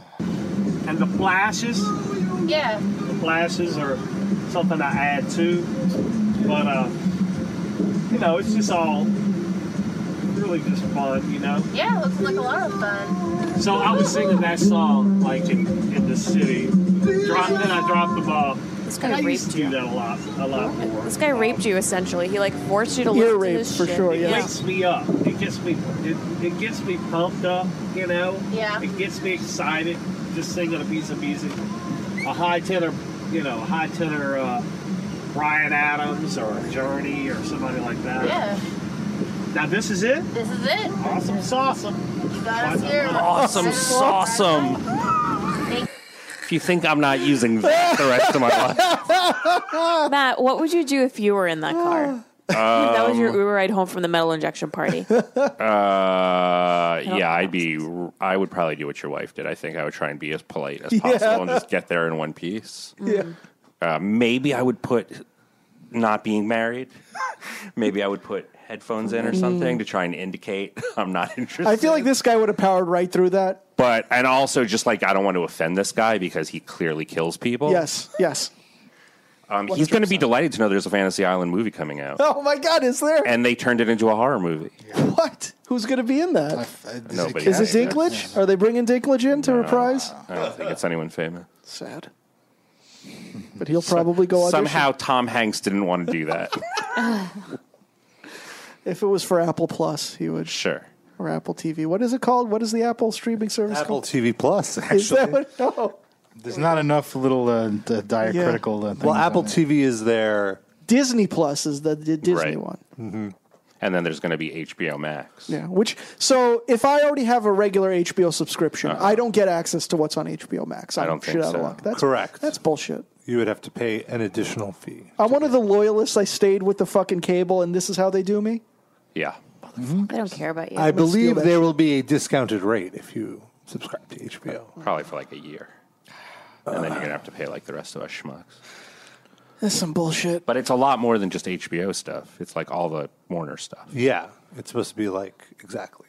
S11: and the flashes,
S12: Yeah.
S11: the flashes are something I add to, but uh, you know, it's just all really just fun, you know.
S12: Yeah, it looks like a lot of fun.
S11: So I was singing that song like in, in the city. Drop, then I dropped the ball.
S5: This
S11: I
S5: guy
S11: used
S5: raped
S11: to do
S5: you.
S11: that a lot, a lot more.
S5: This guy raped you essentially. He like forced you to
S3: Ear
S5: listen to
S3: rape,
S5: his
S3: for
S5: shit.
S3: sure,
S11: It
S3: yeah.
S11: wakes me up. It gets me. It, it gets me pumped up. You know.
S12: Yeah.
S11: It gets me excited. Just singing a piece of music, a high tenor, you know, a high tenor uh, Ryan Adams or Journey or somebody like that.
S12: Yeah.
S11: Now this is it.
S12: This is it.
S11: Awesome, awesome.
S12: You got us here.
S13: Awesome, awesome. If you think I'm not using that the rest of my life,
S5: Matt, what would you do if you were in that car? that was your
S12: Um,
S5: Uber ride home from the metal injection party.
S6: Uh, yeah, I'd be. I would probably do what your wife did. I think I would try and be as polite as possible and just get there in one piece.
S3: Yeah.
S6: Uh, maybe I would put not being married. maybe I would put headphones in or something to try and indicate I'm not interested.
S3: Mm. I feel like this guy would have powered right through that.
S6: but and also just like I don't want to offend this guy because he clearly kills people.
S3: Yes, yes.
S6: um, he's going to be delighted to know there's a Fantasy Island movie coming out,
S3: Oh my God, is there?
S6: and they turned it into a horror movie.
S3: what? Who's going to be in that?
S6: Nobody
S3: Is it
S6: cares.
S3: Dinklage? Are they bringing Dinklage in to reprise?
S6: I don't think it's anyone famous.
S3: Sad. But he'll probably go audition.
S6: Somehow Tom Hanks didn't want to do that.
S3: If it was for Apple Plus, he would.
S6: sure.
S3: Or Apple TV. What is it called? What is the Apple streaming service
S4: Apple
S3: called?
S4: TV Plus, actually.
S3: Is that what? Oh. No.
S7: There's not enough little uh, d- diacritical uh, things.
S4: well, Apple
S7: on there.
S4: TV is there.
S3: Disney Plus is the, the Disney
S6: Right.
S3: one.
S6: And then there's going to be HBO Max.
S3: Yeah. Which so if I already have a regular HBO subscription,
S4: Uh-huh.
S3: I don't get access to what's on HBO Max. I'm
S6: I don't
S3: shit
S6: think
S3: out of
S6: so.
S3: luck. That's
S4: Correct.
S3: That's bullshit.
S4: You would have to pay an additional fee.
S3: I'm one of the loyalists. I stayed with the fucking cable, and this is how they do me.
S6: Yeah.
S5: they don't care about you.
S4: I believe
S3: that
S4: there
S3: shit.
S4: will be a discounted rate if you subscribe to HBO.
S6: Probably for like a year. And then you're going to have to pay like the rest of us schmucks.
S3: That's some bullshit.
S6: But it's a lot more than just HBO stuff. It's like all the Warner stuff.
S4: Yeah, it's supposed to be like exactly.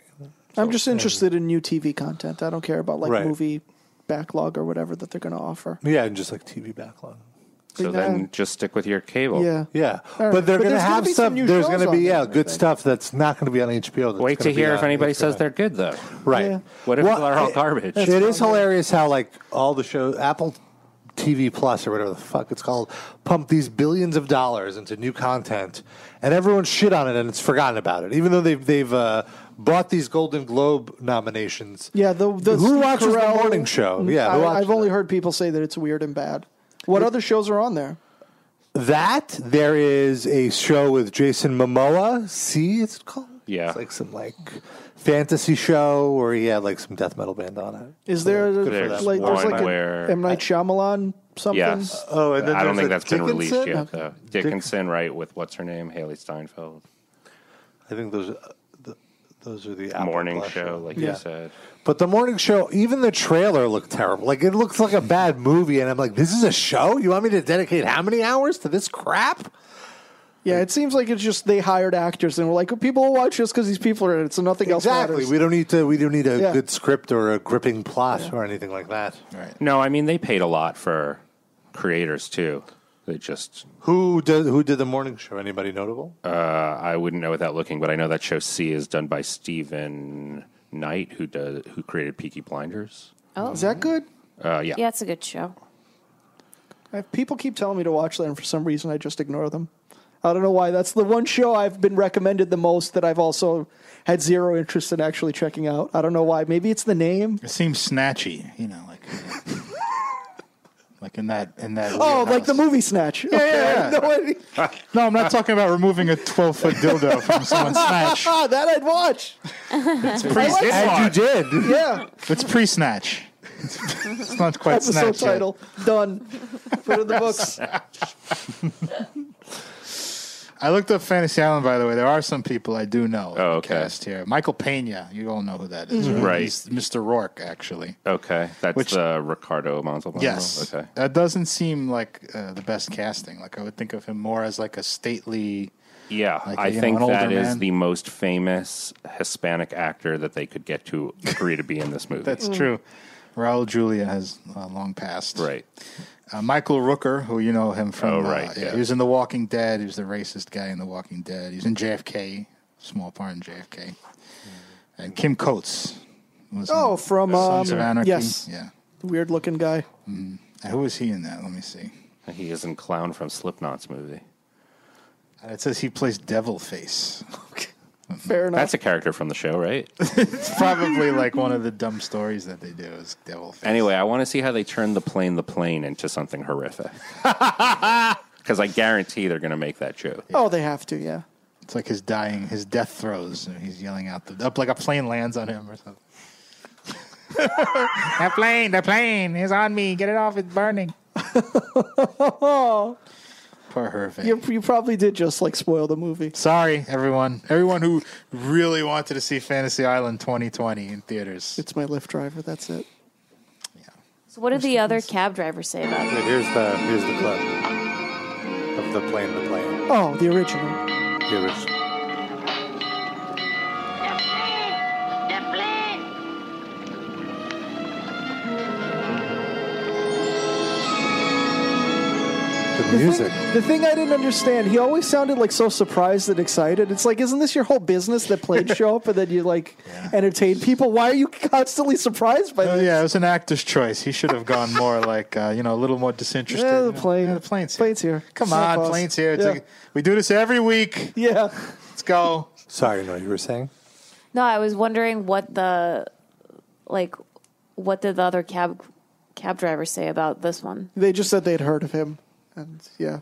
S3: I'm just interested in new TV content. I don't care about like
S4: Right.
S3: movie backlog or whatever that they're going to offer.
S4: Yeah, and just like TV backlog.
S6: So
S3: Bring that
S6: then
S3: in.
S6: just stick with your cable.
S3: Yeah.
S4: Yeah,
S3: All
S4: but they're
S3: right.
S4: going
S3: But
S4: to
S3: there's gonna
S4: have
S3: be some
S4: some.
S3: new
S4: There's
S3: shows
S4: going to
S3: on
S4: be
S3: there,
S4: yeah,
S3: I
S4: good
S3: think.
S4: stuff that's not going to be on HBO. that's
S6: Wait to
S4: gonna be
S6: hear if
S4: on
S6: anybody
S4: HBO.
S6: says they're good, though.
S4: right.
S3: Yeah.
S6: What if
S4: Well,
S6: they're all
S4: it-
S6: garbage?
S4: It is hilarious how like all the shows Apple TV Plus or whatever the fuck it's called pumped these billions of dollars into new content, and everyone shit on it and it's forgotten about it, even though they've they've uh, bought these Golden Globe nominations.
S3: Yeah, the, the
S4: Who
S3: Steve
S4: watches the
S3: Carell- Mm-hmm. Mm,
S4: morning show? Yeah, who
S3: I,
S4: watches
S3: I've only heard people say that it's weird and bad. What other shows are on there?
S4: That there is a show with Jason Momoa. See, it's called. Yeah, it's like some like fantasy show where he had like some death metal band on it.
S3: Is there
S4: good for
S3: there's
S4: them.
S3: like there's
S4: One
S3: like
S6: where-
S3: an M Night Shyamalan something?
S6: Yes.
S4: Oh, and then
S6: I don't
S4: there's
S6: think
S4: a
S6: that's been released
S4: Dickinson?
S6: yet.
S4: Okay.
S6: Though. Dickinson, right? With what's her name, Haley Steinfeld.
S4: I think those uh, the, those are the
S6: morning show, like
S4: Yeah.
S6: you said.
S4: But the morning show, even the trailer looked terrible. Like it looks like a bad movie, and I'm like, this is a show. You want me to dedicate how many hours to this crap?
S3: Yeah, it seems like it's just they hired actors and were like, people will watch this because these people are in it, so nothing else
S4: Exactly.
S3: matters.
S4: We don't need to. We don't need a
S3: Yeah.
S4: good script or a gripping plot or anything like that. Right.
S6: No, I mean they paid a lot for creators too. They just
S4: Who did who did the morning show? Anybody notable?
S6: uh, I wouldn't know without looking, but I know that show C is done by Stephen Knight, who does who created Peaky Blinders.
S5: Oh,
S3: Is that good?
S6: Uh, yeah.
S5: Yeah, it's a good show.
S3: I, people keep telling me to watch that, and for some reason, I just ignore them. I don't know why. That's the one show I've been recommended the most that I've also had zero interest in actually checking out. I don't know why. Maybe it's the name.
S7: It seems snatchy, you know, like like in that in that.
S3: Oh, like the
S7: wheelhouse.
S3: movie Snatch.
S7: Yeah, yeah, yeah.
S3: No, I-
S7: No, I'm not talking about removing a 12 foot dildo from someone's snatch.
S3: Ah, that I'd watch.
S7: It's
S3: I like
S7: pre-
S3: that.
S4: did.
S3: Yeah.
S7: It's pre snatch. It's not quite
S3: That's the
S7: snatch. yet.
S3: subtitle. Done. Put it in the books.
S7: I looked up Fantasy Island, by the way. There are some people I do know.
S6: Oh, okay.
S7: Cast here, Michael Pena. You all know who that is,
S6: Mhm. Right.
S7: He's Mr. Rourke, actually.
S6: Okay, that's
S7: Which-
S6: uh, Ricardo Montalbano.
S7: Yes.
S6: Okay.
S7: That doesn't seem like uh, the best casting. Like I would think of him more as like a stately.
S6: Yeah,
S7: Like,
S6: I
S7: you know,
S6: think
S7: an
S6: that
S7: older
S6: is
S7: man.
S6: the most famous Hispanic actor that they could get to agree to be in this movie.
S7: That's true. Mm. Raul Julia has uh, long passed.
S6: Right.
S7: Uh, Michael Rooker, who you know him from.
S6: Oh,
S7: uh,
S6: right,
S7: yeah,
S6: yeah.
S7: He was in The Walking Dead. He was the racist guy in The Walking Dead. He was in JFK, small part in JFK. And Kim Coates. Was in
S3: Oh, from um,
S7: Sons of Anarchy.
S3: yes,
S7: Yeah.
S3: weird looking guy.
S7: And Who was he in that? Let me see.
S6: He is in Clown from Slipknot's movie.
S7: Uh, It says he plays Devil Face.
S3: Fair enough.
S6: That's a character from the show, right?
S7: It's probably like one of the dumb stories that they do is Devil Face.
S6: anyway, I want to see how they turn the plane, the plane, into something horrific. Because I guarantee they're going to make that joke.
S3: Oh, they have to. Yeah.
S7: It's like his dying, his death throes. and He's yelling out the up like a plane lands on him or something. that plane, that plane is on me. Get it off. It's burning.
S3: Oh,
S7: Poor Hervé.
S3: you, you probably did just like spoil the movie.
S7: Sorry, everyone. Everyone who really wanted to see Fantasy Island 2020 in theaters.
S3: It's my Lyft driver. That's it.
S5: So, what did the other cab drivers say about it?
S4: Here's the here's the clip of the plane, the plane.
S3: Oh, the original.
S4: Here it's the music.
S3: The thing I didn't understand, he always sounded like so surprised and excited. It's like, isn't this your whole business that planes show up and then you like entertain people? Why are you constantly surprised by
S7: Oh,
S3: this?
S7: yeah, it was an actor's choice. He should have gone more like, uh, you know, a little more disinterested.
S3: Yeah,
S7: you
S3: the
S7: know.
S3: plane.
S7: Yeah, the plane's here.
S3: Planes here.
S7: Come
S3: So
S7: on,
S3: close.
S7: plane's here. It's
S3: Yeah.
S7: like, we do this every week.
S3: yeah.
S7: Let's go.
S4: Sorry, no, you were saying.
S5: No, I was wondering what the like what did the other cab cab drivers say about this one?
S3: They just said they'd heard of him. And yeah.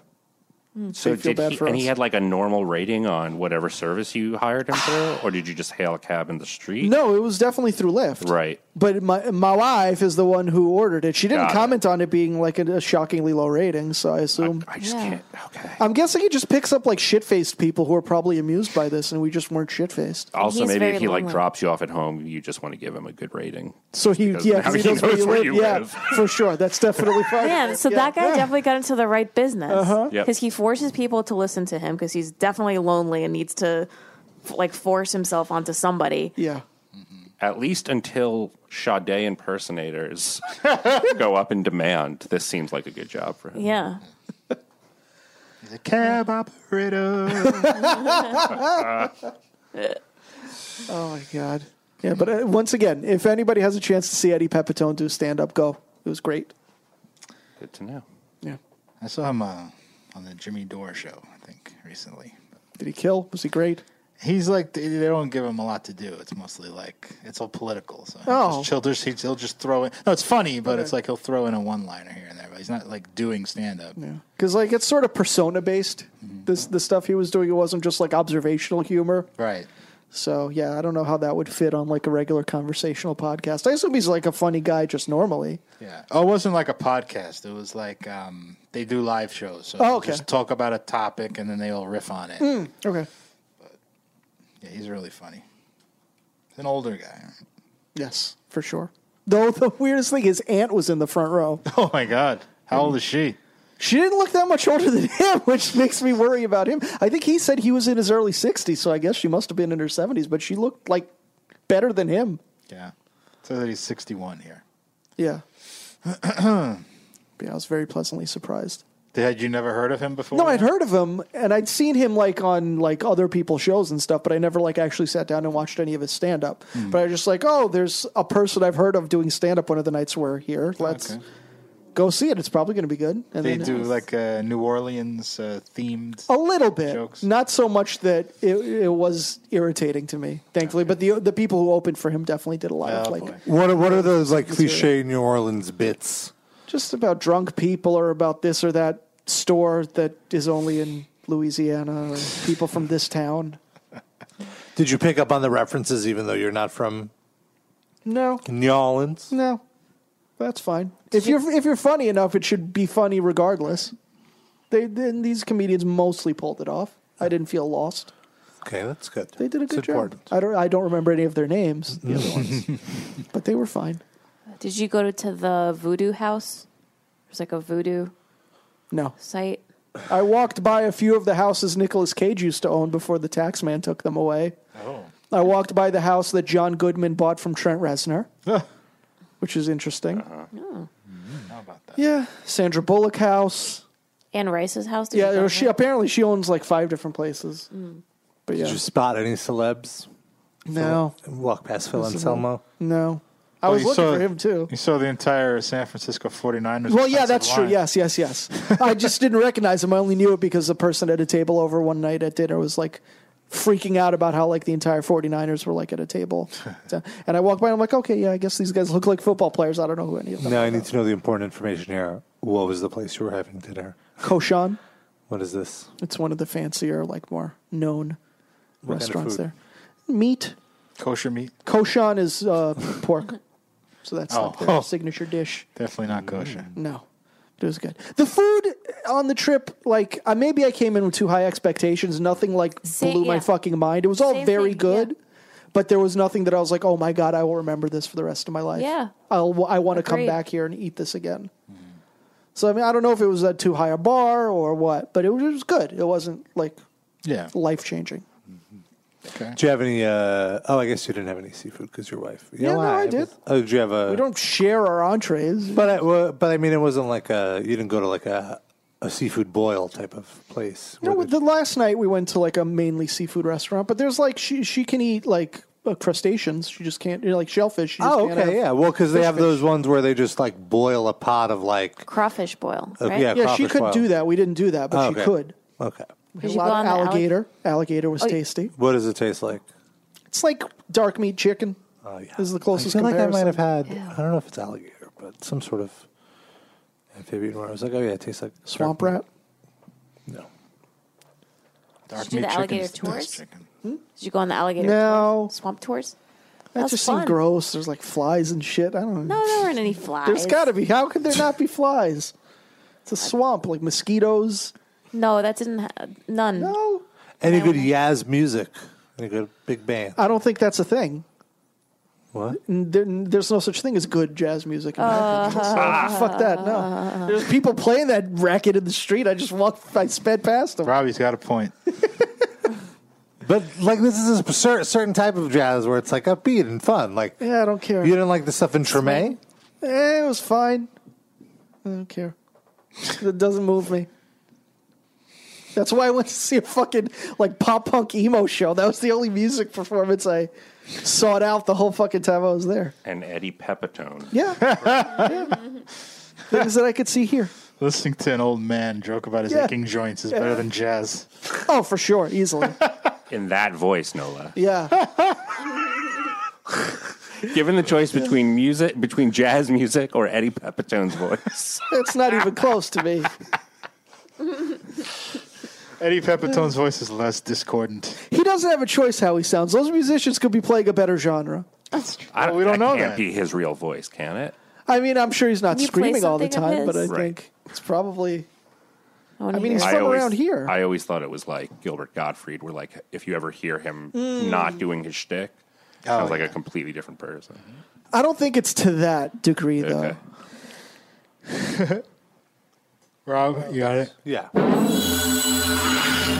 S6: So
S3: They feel
S6: did
S3: bad
S6: he,
S3: for
S6: and
S3: us.
S6: he had like a normal rating on whatever service you hired him for, or did you just hail a cab in the street?
S3: No, it was definitely through Lyft.
S6: Right.
S3: But my my wife is the one who ordered it. She didn't
S6: Got it.
S3: comment on it being like a, a shockingly low rating, so I assume
S6: I just
S5: Yeah. Um,
S6: can't. Okay.
S3: I'm guessing he just picks up like shit faced people who are probably amused by this, and we just weren't shit faced.
S6: Also,
S5: He's
S6: maybe
S5: very
S6: if he like
S5: lonely.
S6: drops you off at home, you just want to give him a good rating.
S3: So he,
S6: Because
S3: yeah,
S6: now
S3: 'cause he
S6: he
S3: knows where
S6: knows
S3: you
S6: where
S3: live.
S6: you
S3: yeah,
S6: live.
S3: for sure. That's definitely part of
S5: Man,
S3: it.
S5: so
S3: Yeah.
S5: that guy
S3: Yeah.
S5: definitely got into the right business because
S6: Yep.
S5: he forces people to listen to him because he's definitely lonely and needs to like force himself onto somebody.
S3: Yeah.
S6: At least until Sade impersonators go up in demand, this seems like a good job for him.
S5: Yeah,
S7: He's a cab operator.
S3: Oh my god. Yeah, but uh, once again, if anybody has a chance to see Eddie Pepitone do stand up, go. It was great.
S10: Good to know.
S3: Yeah.
S7: I saw him uh, on the Jimmy Dore show, I think, recently.
S3: Did he kill? Was he great?
S7: He's like they they don't give him a lot to do. It's mostly like it's all political. So
S3: Oh.
S7: he'll just, he'll just, he'll just throw in. No, it's funny, but
S3: Okay.
S7: it's like he'll throw in a one-liner here and there. But he's not like doing stand-up. Yeah.
S3: Because like it's sort of persona based.
S6: Mm-hmm.
S3: This the stuff he was doing it wasn't just like observational humor.
S7: Right.
S3: So yeah, I don't know how that would fit on like a regular conversational podcast. I assume he's like a funny guy just normally.
S7: Yeah. Oh, it wasn't like a podcast. It was like um, they do live shows. So
S3: Oh,
S7: they'll
S3: okay.
S7: just talk about a topic and then they all riff on it.
S3: Mm, okay.
S7: Yeah, he's really funny. He's an older guy.
S3: Yes, for sure. Though the weirdest thing, his aunt was in the front row.
S7: Oh my god, Hmm. how old is she?
S3: She didn't look that much older than him, which makes me worry about him. I think he said he was in his early 60s, so I guess she must have been in her 70s, but she looked like better than him.
S7: Yeah. So that he's 61 here.
S3: Yeah. yeah, I was very pleasantly surprised.
S7: Had you never heard of him before?
S3: No, I'd heard of him and I'd seen him like on like other people's shows and stuff, but I never like actually sat down and watched any of his stand up.
S7: Hmm.
S3: But I was just like, oh, there's a person I've heard of doing stand up one of the nights we're here. Let's go see it. It's probably going to be good. And
S7: they
S3: then-
S7: do like uh, New Orleans uh, themed.
S3: a little bit,
S7: Jokes.
S3: not so much that it, it was irritating to me, thankfully. But the the people who opened for him definitely did a lot
S7: Oh,
S3: of like
S4: What are- what are those like cliche New Orleans bits?
S3: just about drunk people or about this or that store that is only in Louisiana or people from this town.
S4: Did you pick up on the references even though you're not from
S3: No,
S4: New Orleans?
S3: no, that's fine. If you're if you're funny enough, it should be funny regardless. They then these comedians mostly pulled it off. I didn't feel lost.
S4: Okay, that's good.
S3: They did a
S4: It's
S3: good job.
S4: important.
S3: I don't I don't remember any of their names, the other ones, but they were fine.
S5: Did you go to the voodoo house? There's like a voodoo
S3: No.
S5: site.
S3: I walked by a few of the houses Nicolas Cage used to own before the tax man took them away.
S7: Oh.
S3: I walked by the house that John Goodman bought from Trent Reznor, which is interesting.
S7: How about that?
S3: Yeah, Sandra Bullock house.
S5: Anne Rice's house. Did you
S3: yeah,
S5: go Mm.
S3: she
S5: there?
S3: apparently she owns like five different places. But yeah,
S4: Did you spot any celebs?
S3: No.
S4: Walk past Phil
S3: Listen,
S4: Anselmo.
S3: no, I
S7: Well,
S3: was
S7: Oh, you
S3: looking
S7: saw-
S3: for him too.
S7: You saw the entire San Francisco 49ers.
S3: Well, yeah,
S7: offensive
S3: that's true.
S7: line.
S3: Yes, yes, yes. I just didn't recognize him. I only knew it because the person at a table over one night at dinner was like freaking out about how like the entire 49ers were like at a table. So- and I walked by and I'm like, okay, yeah, I guess these guys look like football players. I don't know who any of them
S4: Now I need to know the important information here. What was the place you were having dinner?
S3: Koshan.
S4: What is this?
S3: It's one of the fancier, like more known
S4: What kind of
S3: restaurants
S4: food?
S3: there. Meat.
S7: Kosher meat.
S3: Koshan is uh, pork. So that's
S7: Oh.
S3: like their
S7: Oh.
S3: signature dish.
S7: Definitely not kosher.
S3: No. It was good. The food on the trip, like uh, maybe I came in with too high expectations. Nothing like
S5: Same-
S3: blew my
S5: yeah.
S3: fucking mind. It was all
S5: Same
S3: very
S5: thing,
S3: good, but there was nothing that I was like, "Oh my god, I will remember this for the rest of my life."
S5: Yeah.
S3: I'll, I want to come
S5: Agreed.
S3: back here and eat this again. So I mean, I don't know if it was a too high a bar or what, but it was, it was good. It wasn't like
S7: Yeah.
S3: life changing.
S4: Do you have any? Uh, oh, I guess you didn't have any seafood because your wife. You
S3: Yeah,
S4: know
S3: no,
S4: why?
S3: I did.
S4: Oh, did you have a?
S3: We don't share our entrees.
S4: But I, well, but I mean, it wasn't like a. You didn't go to like a a seafood boil type of place.
S3: No, the, last night we went to like a mainly seafood restaurant, but there's like she she can eat like uh, crustaceans. She just can't you know, like shellfish. She just
S4: Oh,
S3: can't
S4: okay,
S3: have
S4: yeah. Well, because they
S3: fish
S4: have
S3: fish.
S4: those ones where they just like boil a pot of like.
S5: crawfish boil.
S4: Uh,
S5: Right?
S4: yeah,
S3: Yeah, she
S4: crawfish
S3: could
S4: boil.
S3: do that. We didn't do that, but
S4: Oh,
S3: she
S4: okay.
S3: could.
S4: Okay.
S3: We had
S5: Did
S3: A
S5: you
S3: lot
S5: go
S3: of
S5: on the allig-
S3: alligator. alligator was
S5: Oh, y-
S3: tasty.
S4: What does it taste like?
S3: It's like dark meat chicken.
S4: Oh yeah.
S3: This is the closest
S4: I feel
S3: comparison.
S4: like I might have had. I don't know if it's alligator, but some sort of amphibian. Where I was like, oh yeah, it tastes like
S3: swamp
S4: shark meat.
S3: rat.
S4: No.
S7: Dark
S5: Did you do the alligator
S7: chicken's the best
S5: tours?
S7: chicken.
S5: Did you go on the alligator
S3: No.
S5: tours? swamp tours?
S3: That
S5: That's
S3: just
S5: fun.
S3: seemed gross. There's like flies and shit. I don't know.
S5: No, there weren't any flies.
S3: There's got to be. How could there not be flies? It's a swamp, like mosquitoes.
S5: No, that didn't. Ha- none.
S3: No,
S4: Any good Yaz music? Any good big band?
S3: I don't think that's a thing.
S4: What?
S3: And there- there's no such thing as good jazz music. In my opinion. So, ah, fuck that. No, there's people playing that racket in the street. I just walked. I sped past them.
S7: Robbie's got a point.
S4: But like this is a cer- certain type of jazz where it's like upbeat and fun. Like
S3: Yeah, I don't care.
S4: you didn't like the stuff in Treme.
S3: Eh, it was fine. I don't care. It doesn't move me. That's why I went to see a fucking like pop punk emo show. That was the only music performance I sought out the whole fucking time I was there.
S10: And Eddie Pepitone.
S3: Yeah. yeah. Things that I could see here.
S7: Listening to an old man joke about his
S3: Yeah.
S7: aching joints is
S3: Yeah.
S7: better than jazz.
S3: Oh, for sure, easily.
S10: In that voice, no less.
S3: Yeah.
S10: Given the choice between music, between jazz music or Eddie Pepitone's voice,
S3: It's not even close to me.
S7: Eddie Pepitone's voice is less discordant.
S3: He doesn't have a choice how he sounds. Those musicians could be playing a better genre.
S10: I don't,
S7: we don't
S10: that
S7: know
S10: can't
S7: that.
S10: be his real voice, can it?
S3: I mean, I'm sure he's not
S5: Can you play
S3: screaming all the
S5: something of
S3: time, but I
S5: his?
S10: Right.
S3: think it's probably.
S5: I,
S3: I mean, he's
S10: I
S3: from
S10: always-
S3: around here.
S10: I always thought it was like Gilbert Gottfried, where like if you ever hear him
S14: Hmm.
S3: Mm.
S10: not doing his shtick,
S14: Oh,
S10: sounds like a completely different person.
S3: I don't think it's to that degree, though.
S10: Okay.
S7: Rob, you got it?
S4: Yeah.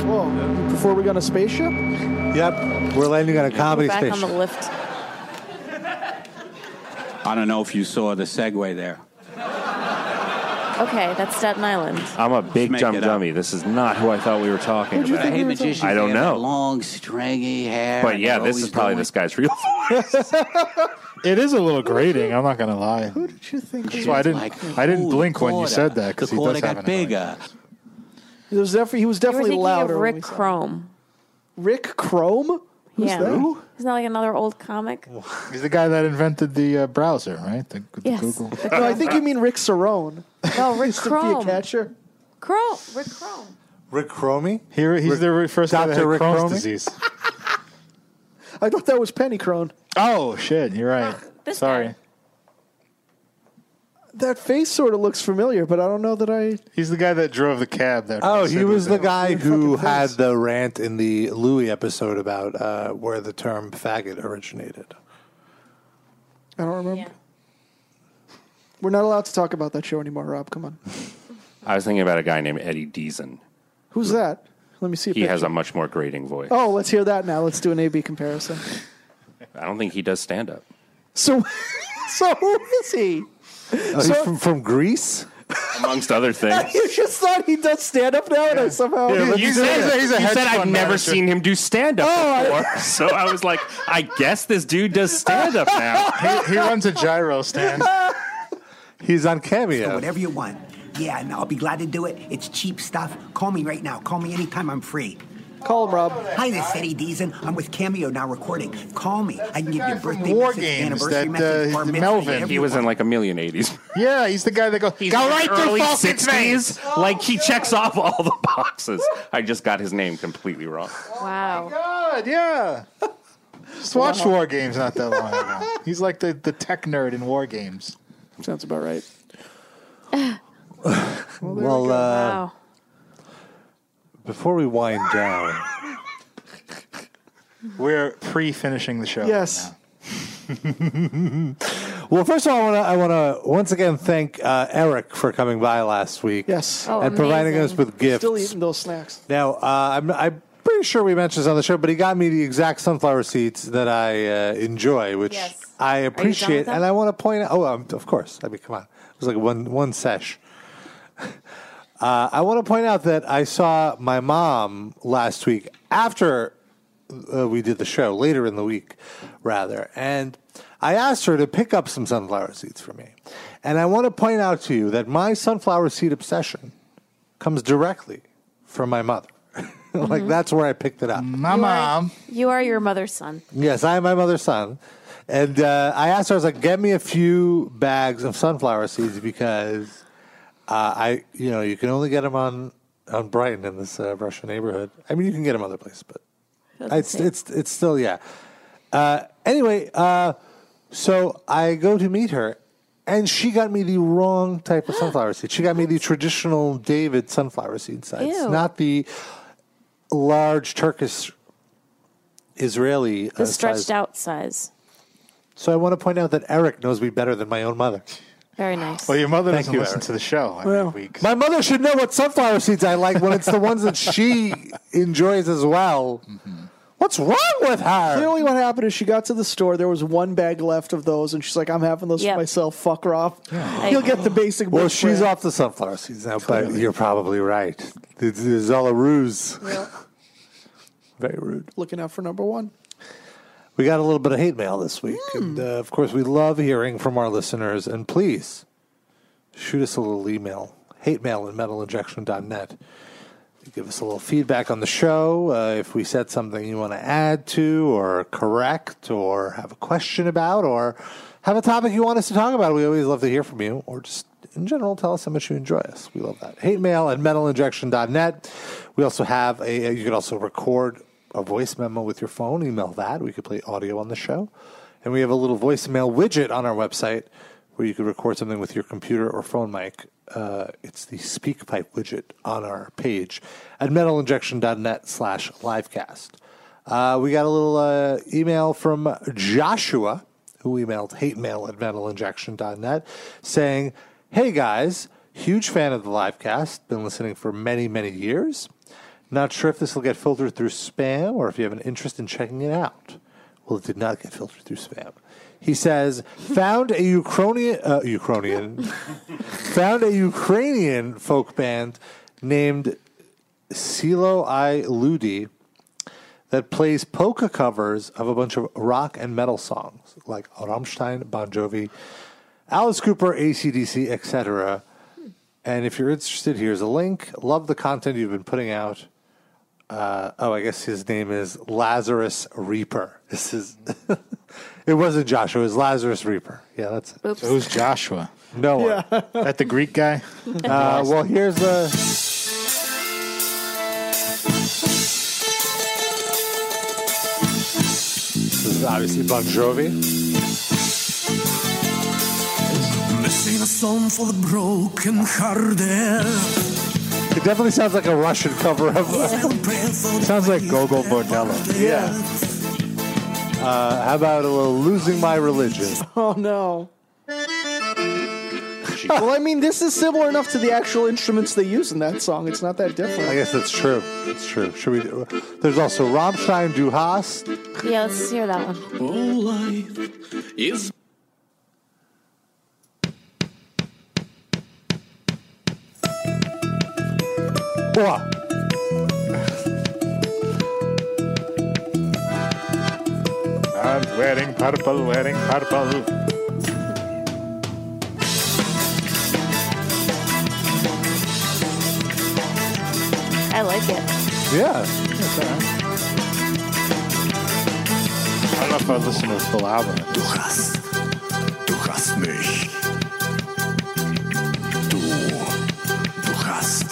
S3: Whoa. Before we go on a spaceship?
S4: Yep. We're landing on a comedy
S5: back
S4: station.
S5: on the lift.
S14: I don't know if you saw the segue there.
S5: Okay, that's Staten Island.
S10: I'm a big
S14: make
S10: dumb
S14: it up.
S10: dummy. This is not who I thought we were talking
S14: Who'd you
S10: about.
S14: think we were talking about?
S10: I don't
S14: They have that
S10: know.
S14: Long, stringy hair.
S10: But
S14: and
S10: yeah,
S14: they're
S10: this is
S14: always
S10: probably
S14: doing-
S10: this guy's real.
S7: It is a little grating. I'm not going to lie. Who
S3: did you think?
S7: That's why I didn't. I didn't blink when you said that because he does have an annoying-
S3: He was, def- he was definitely
S5: you were thinking
S3: louder.
S5: Of Rick
S3: when we saw
S5: Chrome.
S3: it. Rick Chrome? Who's
S5: yeah.
S3: that?
S5: Isn't that like another old comic?
S7: He's the guy that invented the uh, browser, right? The, the
S5: Yes.
S7: Google.
S3: No, I think you mean Rick Cerrone.
S5: No, Rick
S3: Used to be a
S5: Chrome.
S3: catcher.
S5: Chrome. Rick Chrome.
S4: Rick Cromie?
S7: Here, he's the first guy that had
S4: Dr. Rick
S7: Crohn's
S4: Cromie?
S7: disease.
S3: I thought that was Penny Crone.
S7: Oh shit! You're right.
S5: This
S7: Sorry,
S3: That face sort of looks familiar, but I don't know that I.
S7: he's the guy that drove the cab. That
S4: Oh,
S7: said
S4: he was the
S7: out.
S4: guy who had the rant in the Louis episode about uh, where the term faggot originated.
S3: I don't remember. We're not allowed to talk about that show anymore, Rob. Come on.
S10: I was thinking about a guy named Eddie Deason.
S3: Who's that? Let me see. A
S10: He has
S3: picture.
S10: a much more grating voice.
S3: Oh, let's hear that now. Let's do an A/B comparison.
S10: I don't think he does stand up.
S3: So, so who is he?
S4: he's
S3: So-
S4: from, from Greece?
S10: Amongst other things.
S3: you just thought he does stand up now, and I somehow
S10: you said, you said I've never seen him do stand up before. so Oh, I was like, I guess this dude does stand up now.
S7: he, he runs a gyro stand.
S4: He's on Cameo.
S15: Whatever you want. Yeah, and I'll be glad to do it. It's cheap stuff. Call me right now. Call me anytime I'm free.
S3: Call him, Rob.
S15: Hi, this is Eddie Deason. I'm with Cameo now recording. Call me. I can give you birthday
S7: War
S15: message,
S7: Games
S15: anniversary
S7: that, uh,
S15: message, bar
S7: he's
S15: mitzvah,
S7: Melvin.
S15: whatever
S10: He
S15: you
S10: was in
S15: want.
S10: like a million 80s.
S7: Yeah, he's the guy that goes.
S10: He's
S7: go
S10: in
S7: right
S10: his
S7: through
S10: early
S7: Falcon's veins.
S10: 60s. Like he checks off all the boxes. I just got his name completely wrong.
S5: Wow.
S7: God, yeah. Just watched War Games not that long ago. He's like the, the tech nerd in War Games.
S3: Sounds about right.
S4: Well, uh,
S5: wow.
S4: before we wind down,
S7: We're pre-finishing the show.
S3: Yes.
S4: well, first of all, I want to I want to once again thank uh, Eric for coming by last week.
S3: Yes.
S5: Oh,
S4: and providing
S5: amazing.
S4: us with gifts.
S3: Still eating those snacks.
S4: Now, uh, I'm, I'm pretty sure we mentioned this on the show, but he got me the exact sunflower seeds that I uh, enjoy, which
S5: Yes.
S4: I
S5: with
S4: appreciate.
S5: them?
S4: And I want to point out, oh, um, of course. I mean, come on. It was like one, one sesh. Uh, I want to point out that I saw my mom last week after uh, we did the show, later in the week, rather. And I asked her to pick up some sunflower seeds for me. And I want to point out to you that my sunflower seed obsession comes directly from my mother. like, that's where I picked it up.
S7: My mom.
S5: You are your mother's son.
S4: Yes, I am my mother's son. And uh, I asked her, I was like, get me a few bags of sunflower seeds because uh, I, you know, you can only get them on, on Brighton in this uh, Russian neighborhood. I mean, you can get them other places, but it's, it's, it's still, yeah. Uh, anyway, uh, so I go to meet her and she got me the wrong type of sunflower seed. She got me the traditional David sunflower seed size,
S5: Ew.
S4: not the large Turkish Israeli
S5: The
S4: uh,
S5: stretched
S4: size.
S5: out size.
S4: So I want to point out that Eric knows me better than my own mother.
S5: Very nice.
S7: Well, your mother
S4: Thank
S7: doesn't
S4: you,
S7: listen
S4: Eric.
S7: to the show every week.
S4: My mother should know what sunflower seeds I like when it's the ones that she enjoys as well.
S5: Mm-hmm.
S4: What's wrong with her?
S3: Clearly, what happened is she got to the store. There was one bag left of those, and she's like, "I'm having those
S5: Yep.
S3: for myself. Fuck Rob. You'll get the basic."
S4: Well,
S3: bitch
S4: she's
S3: brand."
S4: off the sunflower seeds now, but you're probably right. This is all a ruse. Very rude.
S3: looking out for number one.
S4: We got a little bit of hate mail this week. And, uh, of course, we love hearing from our listeners. And please shoot us a little email, hate mail at metalinjection.net. Give us a little feedback on the show. Uh, if we said something you want to add to, or correct, or have a question about, or have a topic you want us to talk about, we always love to hear from you, or just in general, tell us how much you enjoy us. We love that. Hate mail at metalinjection.net. We also have a, you can also record a voice memo with your phone, email that. We could play audio on the show. And we have a little voicemail widget on our website where you could record something with your computer or phone mic. Uh, it's the SpeakPipe widget on our page at metalinjection.net slash livecast. Uh, we got a little uh, email from Joshua, who emailed hate mail at metalinjection.net, saying, Hey guys, huge fan of the livecast, been listening for many, many years. Not sure if this will get filtered through spam or if you have an interest in checking it out. Well, it did not get filtered through spam. He says, found a Ukrainian, uh, Ukrainian, found a Ukrainian folk band named Silo I Ludi that plays polka covers of a bunch of rock and metal songs like Rammstein, Bon Jovi, Alice Cooper, ACDC, etc. And if you're interested, here's a link. Love the content you've been putting out. Uh, oh, I guess his name is Lazarus Reaper. This is. it wasn't Joshua. It was Lazarus Reaper. Yeah, that's it.
S7: Oops. It was Joshua.
S4: No one.
S7: That the Greek guy?
S4: Uh, well, here's the. This is obviously Bon Jovi.
S11: Let's sing a song for the broken hearted.
S4: It definitely sounds like a Russian cover of.
S7: Sounds like Gogol Bordello.
S4: Yeah. Uh, how about a little losing my religion?
S3: Oh no. well, I mean, this is similar enough to the actual instruments they use in that song. It's not that different.
S4: I guess that's true. That's true. Should we? Do, there's also Rammstein, Du Hast.
S5: Yeah, let's hear that one.
S11: All life is
S4: Boah.
S7: I'm wearing purple, wearing purple.
S5: I like it.
S4: Yeah.
S7: I don't know if I listen to the full album.
S11: Du hast, du hast mich. Du, du hast,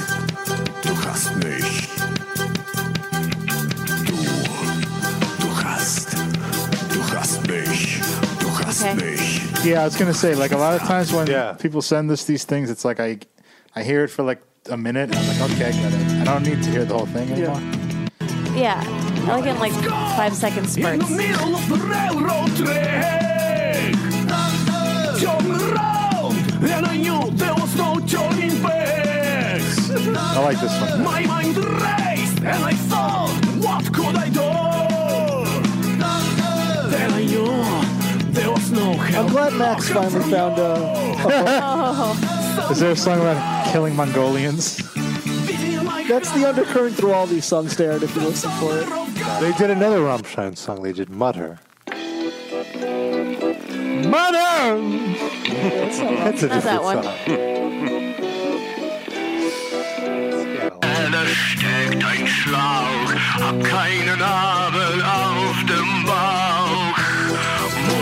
S11: du hast mich. Du, du hast, du hast mich. Du hast
S7: Okay.
S11: mich.
S7: Yeah, I was gonna say like a lot of times when
S11: Yeah.
S7: people send us these things, it's like I, I hear it for like a minute and I'm like, okay, I get it. I don't need to hear the whole thing anymore.
S5: Yeah, I like it in like five second spurts.
S11: middle of the railroad track. Turn around, and I knew there was no turning back.
S7: I like this one.
S11: My mind raced, and I thought, what could I do? Then I knew there was no help.
S3: I'm glad Max finally found uh, a.
S7: Is there a song about killing Mongolians?
S3: That's the undercurrent through all these songs, Darren, if you listen for it.
S4: They did another Rammstein song. They did Mutter.
S3: Mother!
S4: That's a
S11: Not
S4: different
S11: that one.
S4: song.
S11: Alle steckt ein Schlauch, hab keinen Nabel auf dem Bauch.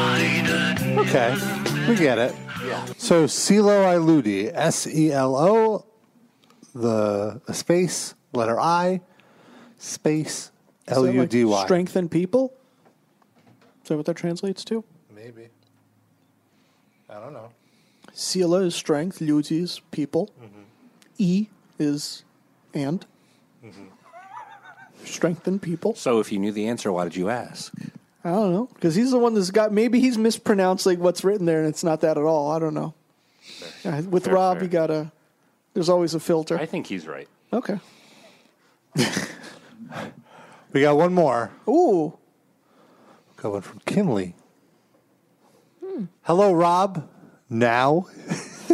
S4: Okay, we get it. So Silo Iludi, S E L O, the the space letter I, space
S3: Is that
S4: L U D
S3: Oh, like
S4: Y.
S3: Strengthen people? Is that what that translates to?
S4: Maybe. I don't know.
S3: Sila is strength, Ludi is people.
S10: Mm-hmm.
S3: E is and.
S10: Mm-hmm.
S3: Strengthen people.
S10: So if you knew the answer, why did you ask?
S3: I don't know. Because he's the one that's got, maybe he's mispronouncing what's written there and it's not that at all. I don't know. Yeah, with
S10: Fair,
S3: Rob,
S10: fair.
S3: you got to, there's always a filter.
S10: I think he's right.
S3: okay.
S4: We got one more.
S3: Ooh.
S4: Got one from Kinley. Hello, Rob. Now.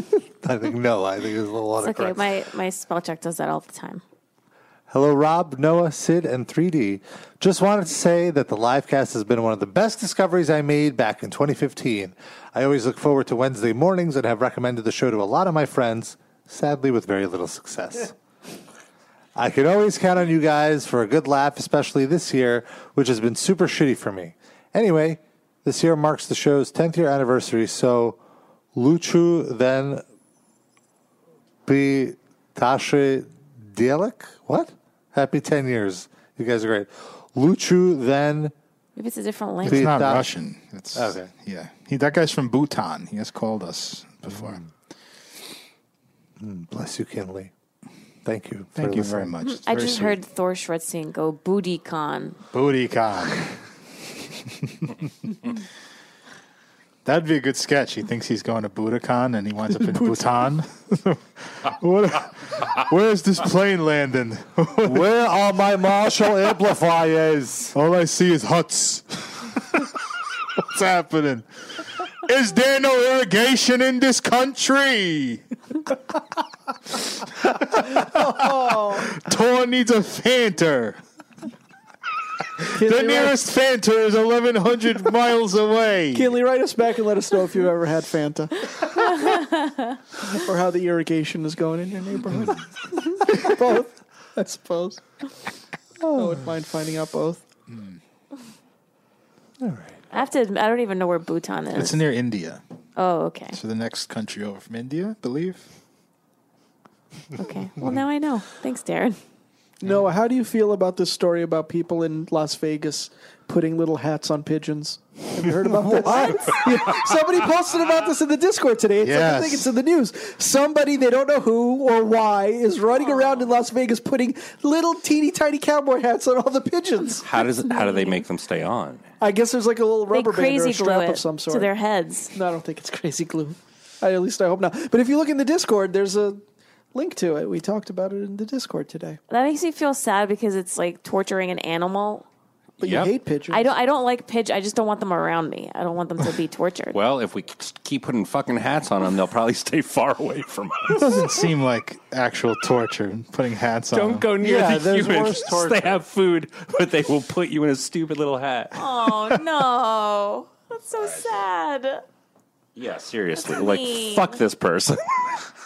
S4: I think no. I think there's a lot
S5: It's
S4: of
S5: okay.
S4: correct-
S5: My my spell check does that all the time.
S4: Hello, Rob, Noah, Sid, and 3D. Just wanted to say that the live cast has been one of the best discoveries I made back in 2015. I always look forward to Wednesday mornings and have recommended the show to a lot of my friends, sadly, with very little success. I can always count on you guys for a good laugh, especially this year, which has been super shitty for me. Anyway, this year marks the show's 10th year anniversary, so Luchu then be Tasha Dielek. What? Happy 10 years. You guys are great. Luchu then.
S5: Maybe it's a different
S4: Like-
S7: it's not
S4: That-
S7: Russian. It's
S4: Okay.
S7: Yeah, he, that guy's from Bhutan. He has called us before.
S4: bless you, Kinley. Thank you.
S7: Thank
S4: for
S7: you
S4: listening.
S7: very much. It's
S5: I
S7: very
S5: just
S7: sweet.
S5: heard Thor Schwartzing go booty con.
S7: Booty con. That'd be a good sketch. He thinks he's going to Budokan and he winds up in Bhutan. what, where's this plane landing? Where
S4: are my Marshall amplifiers?
S7: All I see is huts. What's happening? Is there no irrigation in this country?
S10: Oh.
S7: Tor needs a fanter. the nearest Fanta is 1,100 miles away.
S3: Kinley, write us back and let us know if you've ever had Fanta or how the irrigation is going in your neighborhood. both, I suppose. I wouldn't mind finding out both.
S5: I have to. admit, I don't even know where Bhutan is.
S7: It's near India.
S5: oh, okay.
S7: So the next country over from India, I believe.
S5: Okay. Well, now I know. Thanks, Darren.
S3: Noah, how do you feel about this story about people in Las Vegas putting little hats on pigeons? Have you heard about this? Yeah, Somebody posted about this in the Discord today. It's like, I
S7: Yes.
S3: think it's in the news. Somebody they don't know who or why is running around in Las Vegas putting little teeny tiny cowboy hats on all the pigeons.
S10: How does how do they make them stay on?
S3: I guess there's like a little
S5: They
S3: rubber band or
S5: crazy
S3: a strap
S5: glue it
S3: of some
S5: to
S3: sort
S5: their heads.
S3: No, I don't think it's crazy glue. I, at least I hope not. But if you look in the Discord, there's a link to it. We talked about it in the Discord today.
S5: That makes me feel sad because it's like torturing an animal.
S3: But you hate pigeons.
S5: I don't. I don't like pigeons. I just don't want them around me. I don't want them to be tortured.
S10: Well, if we k- keep putting fucking hats on them, they'll probably stay far away from us.
S7: It doesn't seem like actual torture, putting hats on.
S10: Don't go near
S7: yeah,
S10: the humans. They have food, but they will put you in a stupid little hat.
S5: oh no, that's so sad.
S10: Yeah, seriously. Like,
S5: mean.
S10: fuck this person.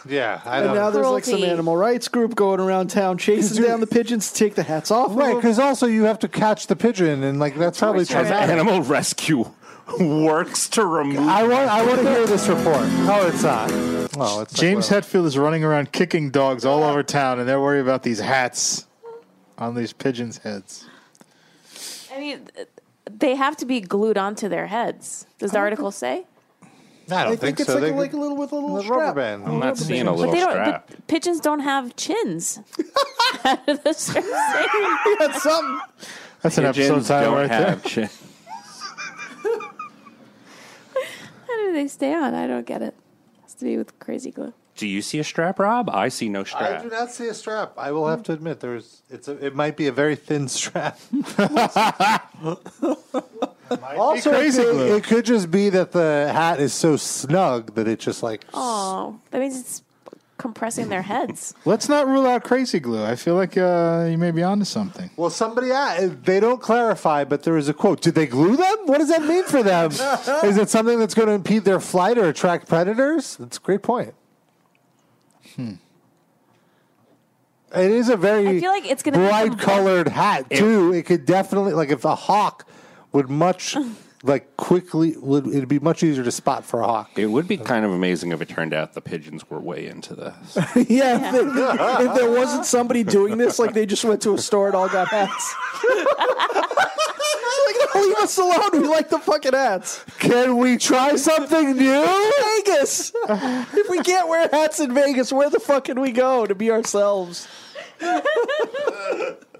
S4: yeah, I
S3: and now there's like some
S5: Cruelty.
S3: animal rights group going around town chasing down the pigeons to take the hats off. of
S4: Right,
S3: them.
S4: because also you have to catch the pigeon, and like that's probably
S10: As
S4: traumatic.
S10: animal rescue works to remove.
S4: I want, I want to hear this report. Oh, it's not. Oh, it's
S7: James Hetfield is running around kicking dogs all over town, and they're worried about these hats on these pigeons' heads.
S5: I mean, th- they have to be glued onto their heads. Does the article say?
S4: I don't
S3: think,
S4: think,
S3: it's
S4: so.
S3: like,
S4: They
S3: a,
S4: could-
S3: like a little with a little
S4: the
S3: strap.
S4: rubber band.
S10: I'm not seeing a
S5: But
S10: little
S5: they don't.
S10: strap.
S5: The pigeons don't have chins. That's what I'm saying.
S3: That's something.
S7: That's an episode
S10: Pigeons
S7: title
S10: don't
S7: right
S10: have
S7: there.
S10: chin-
S5: How do they stay on? I don't get it. Has to be with crazy glue.
S10: Do you see a strap, Rob? I see no
S4: I
S10: strap.
S4: do not see a strap. I will have to admit, there's it's a, it might be a very thin strap. also, it
S7: crazy
S4: could,
S7: glue.
S4: it could just be that the hat is so snug that it just like
S5: Oh, that means it's compressing their heads.
S7: Let's not rule out crazy glue. I feel like uh, you may be onto something.
S4: Well, somebody asked, they don't clarify, but there is a quote. Did they glue them? What does that mean for them? is it something that's going to impede their flight or attract predators? That's a great point. Hmm. It is a very
S5: I feel like it's gonna make them-
S4: bright colored hat too. It could definitely like if a hawk would much like quickly would it'd be much easier to spot for a hawk.
S10: It would be kind of amazing if it turned out the pigeons were way into this.
S3: yeah, If, there- if there wasn't somebody doing this, like they just went to a store and all got hats. like, leave us alone. We like the fucking hats.
S4: Can we try something new?
S3: Vegas. if we can't wear hats in Vegas, where the fuck can we go to be ourselves?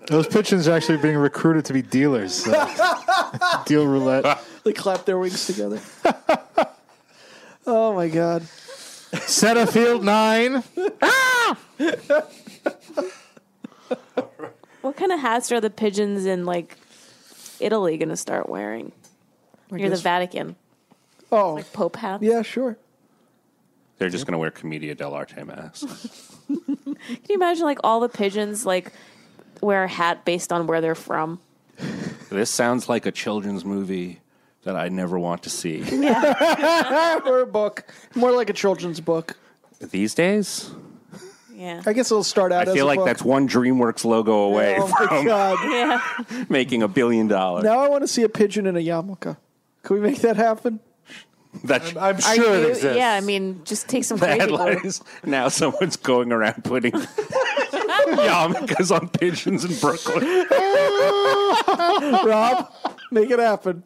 S7: Those pigeons are actually being recruited to be dealers. so. Deal roulette.
S3: They clap their wings together. oh my god.
S7: Set a field nine.
S5: What kind of hats are the pigeons in like Italy going to start wearing? Near the
S3: guess-
S5: Vatican,
S3: Oh
S5: like Pope hats.
S3: yeah, sure.
S10: They're just going to wear Commedia dell'arte masks.
S5: Can you imagine like all the pigeons like wear a hat based on where they're from?
S10: this sounds like a children's movie that I never want to see.
S3: or a book, more like a children's book.
S10: These days,
S5: Yeah.
S3: I guess it'll start
S10: I
S3: out. as
S10: feel
S3: a
S10: like
S3: book.
S10: that's one DreamWorks logo away
S3: Oh my
S10: from
S3: god!
S5: Yeah.
S10: making a billion dollars.
S3: Now I want to see a pigeon in a yarmulke. Could we make that happen?
S10: That's,
S5: Are you- Yeah, I mean, just take some
S10: The
S5: crazy
S10: headline
S5: words.
S10: is now someone's going around putting yarmulkes on pigeons in Brooklyn.
S3: Rob, make it happen.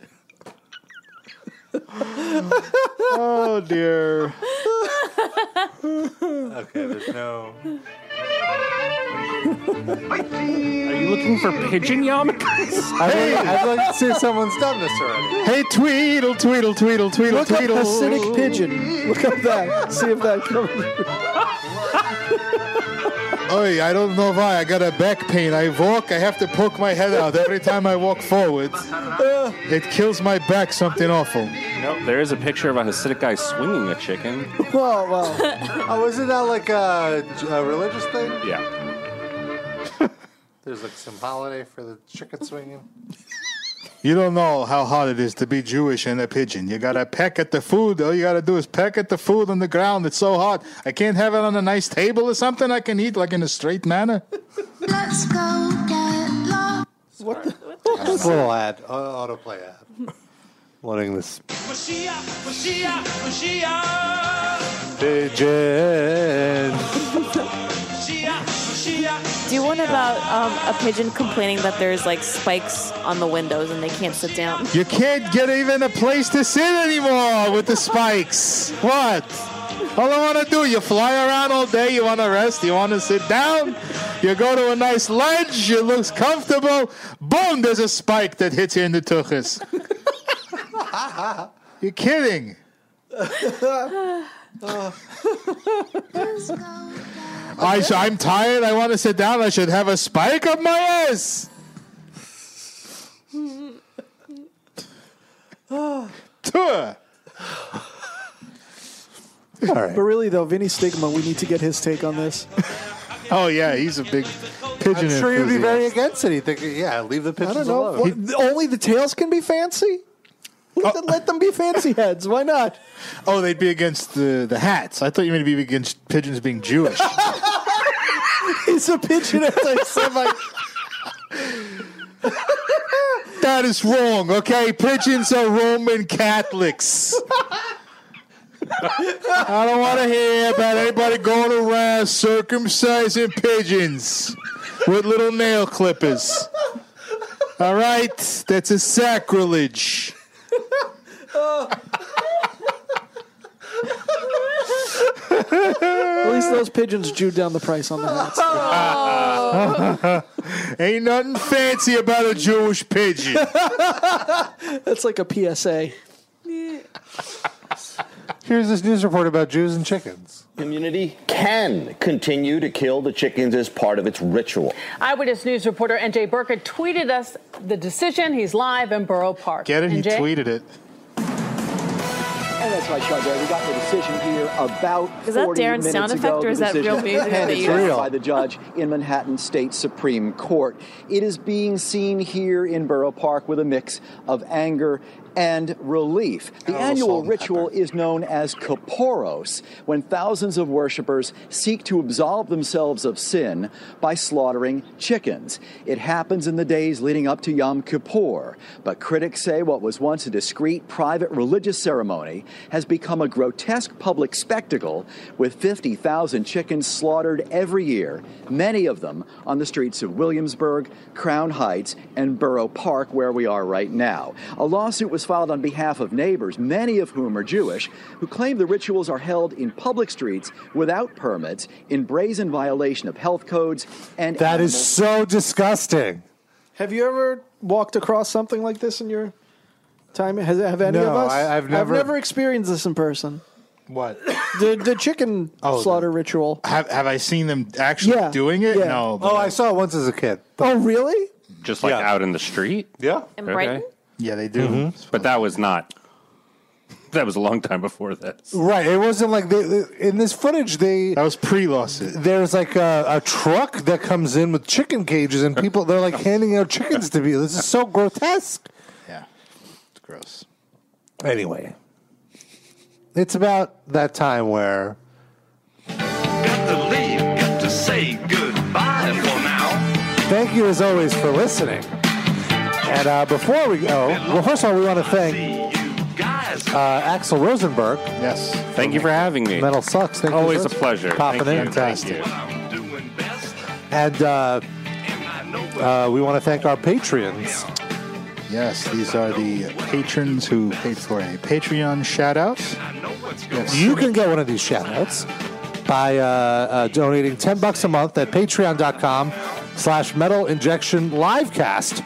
S7: oh dear.
S4: okay, there's no.
S10: Are you looking for pigeon yarmulkes?
S4: Hey, I'd like to see if someone's done this already.
S7: Hey, Tweedle, Tweedle, Tweedle, Tweedle,
S3: Look
S7: Tweedle.
S3: up Hasidic pigeon. Look up that. See if that comes.
S7: Oi, I don't know why. I got a back pain. I walk, I have to poke my head out every time I walk forward. It kills my back something awful.
S10: Nope, there is a picture of a Hasidic guy swinging a chicken.
S3: Well, well.
S4: oh, isn't that like a, a religious thing?
S10: Yeah.
S4: There's like some holiday for the chicken swinging.
S7: You don't know how hard it is to be Jewish and a pigeon. You gotta peck at the food. All you gotta do is peck at the food on the ground. It's so hot. I can't have it on a nice table or something I can eat like in a straight manner.
S11: Let's go get lost. What the?
S4: Just a little ad, au- autoplay ad. Wanting this pigeon.
S5: Do one about um, a pigeon complaining that there's like spikes on the windows and they can't sit down.
S7: You can't get even a place to sit anymore with the spikes. What? All I want to do, you fly around all day, you want to rest, you want to sit down, you go to a nice ledge, it looks comfortable, boom, there's a spike that hits you in the tuchus. You're kidding. I sh- I'm tired, I want to sit down, I should have a spike up my ass. Tour.
S3: But really, though, Vinny Stigma, we need to get his take on this.
S7: Oh yeah, he's a big
S4: I'm sure you'd be very against it. You think, yeah, leave the
S3: I
S4: pigeons
S3: don't know.
S4: alone.
S3: What- Uh, only the tails can be fancy. Let, them, let them be fancy heads. Why not?
S7: Oh, they'd be against the, the hats. I thought you meant to be against pigeons being Jewish.
S3: He's a pigeon anti-Semite.
S7: that is wrong, okay? Pigeons are Roman Catholics. I don't want to hear about anybody going around circumcising pigeons with little nail clippers. All right? That's a sacrilege.
S3: At least those pigeons jewed down the price on the hats.
S7: Ain't nothing fancy about a Jewish pigeon.
S3: That's like a PSA.
S4: Here's this news report about Jews and chickens.
S16: Community can continue to kill the chickens as part of its ritual.
S12: Eyewitness News reporter NJ Burkett tweeted us the decision. He's live in Borough Park.
S7: Get it? He
S12: NJ?
S7: tweeted it.
S17: And that's right, Charlie. We got the decision here about
S5: Is that
S17: 40
S5: Darren's
S17: minutes
S5: sound
S17: ago,
S5: effect, or
S17: the
S5: is that real
S17: decision-
S5: music
S17: And
S5: they
S17: it's
S5: use?
S17: real. by the judge in Manhattan State Supreme Court. It is being seen here in Borough Park with a mix of anger and relief. The annual ritual is known as Kaporos, when thousands of worshippers seek to absolve themselves of sin by slaughtering chickens. It happens in the days leading up to Yom Kippur, but critics say what was once a discreet private religious ceremony has become a grotesque public spectacle with 50,000 chickens slaughtered every year, many of them on the streets of Williamsburg, Crown Heights, and Borough Park, where we are right now. A lawsuit was filed on behalf of neighbors, many of whom are Jewish, who claim the rituals are held in public streets without permits, in brazen violation of health codes, and
S4: That is
S17: animal-
S4: so disgusting.
S3: Have you ever walked across something like this in your time? Has, have any
S4: No,
S3: of us?
S4: I- I've never-
S3: I've never experienced this in person.
S4: What?
S3: The the chicken
S7: Oh, the-
S3: slaughter ritual.
S7: Have Have I seen them actually
S3: Yeah,
S7: doing it?
S3: yeah.
S7: No.
S4: Oh, I saw it once as a kid.
S3: Oh, really?
S10: Just like out in the street?
S4: Yeah.
S5: In Brighton?
S7: Yeah, they do.
S10: But that was not that was a long time before this.
S4: Right. It wasn't like they, in this footage they that
S7: was pre lawsuit.
S4: There's like a, a truck that comes in with chicken cages and people they're like handing out chickens to people. This is so grotesque.
S7: Yeah, it's gross.
S4: Anyway, it's about that time where
S11: Got to say goodbye for now.
S4: Thank you as always for listening. And uh, before we go, well, first of all, we want to thank uh, Axel Rosenberg.
S7: Yes.
S10: Thank you for having me.
S4: Metal sucks. Thank you
S10: Always
S4: for
S10: a pleasure.
S4: Popping
S10: Thank
S4: in,
S10: you. Thank
S4: fantastic.
S10: you.
S4: And uh, uh, we want to thank our patrons.
S7: Yes, these are the patrons who paid for a Patreon shout out.
S4: You can get one of these shout outs by uh, uh, donating 10 bucks a month at patreon.com slash metal injection livecast.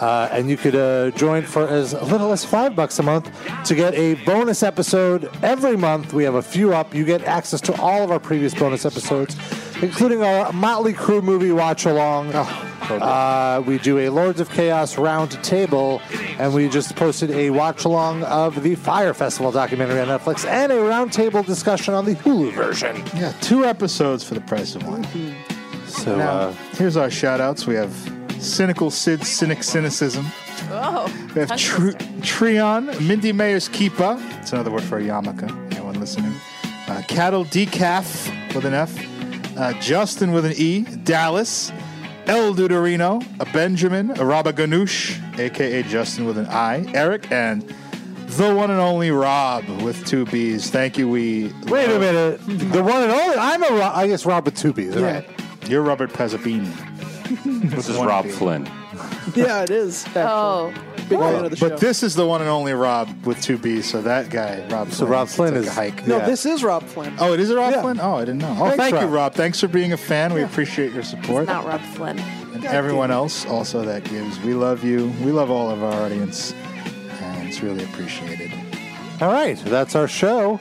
S4: Uh, and you could uh, join for as little as five bucks a month to get a bonus episode every month. We have a few up. You get access to all of our previous bonus episodes, including our Motley Crue movie watch along. Uh, we do a Lords of Chaos round table, and we just posted a watch along of the Fire Festival documentary on Netflix and a round table discussion on the Hulu version.
S7: Yeah, two episodes for the price of one.
S4: So
S7: now,
S4: uh,
S7: here's our shout outs. We have Cynical Sid Cynic Cynicism.
S12: Oh.
S7: We have Tr- Treon, Mindy Mayer's Keepa. It's another word for a yarmulke. Anyone listening? Uh, Cattle Decaf with an F. Uh, Justin with an E. Dallas. El Dudorino. A Benjamin. A Rabba Ganoush, a.k.a. Justin with an I. Eric and the one and only Rob with two B's. Thank you. We
S4: Wait a minute. The one and only. I'm a. Ro- I guess Robert Two B's.
S7: Yeah.
S4: Right.
S7: You're Robert Pezzabini.
S10: This is Rob Flynn.
S3: yeah, it is. Actually.
S5: Oh.
S3: Big fan of the
S7: but
S3: show.
S7: this is the one and only Rob with two B's. So that guy, Rob. So
S4: Rob Flynn is-
S7: hike.
S3: no,
S7: Yeah.
S3: this is Rob Flynn.
S7: Oh, it is a Rob Flynn. Oh, I didn't know. Oh,
S3: Thanks,
S7: thank
S3: Rob.
S7: you, Rob. Thanks for being a fan. We appreciate your support.
S5: Not Rob Flynn.
S7: and everyone else also that gives. We love you. We love all of our audience, and it's really appreciated.
S4: All right. That's our show.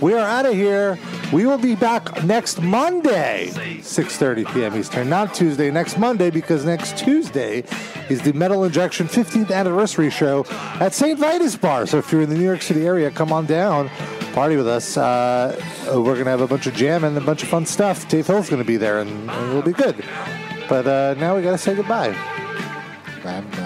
S4: We are out of here. We will be back next Monday, 6:30 p.m. Eastern, not Tuesday. Next Monday, because next Tuesday is the Metal Injection 15th anniversary show at St. Vitus Bar. So if you're in the New York City area, come on down, party with us. Uh, we're gonna have a bunch of jam and a bunch of fun stuff. Dave Hill's gonna be there, and, and it'll be good. But uh, now we gotta say goodbye.
S7: Bye.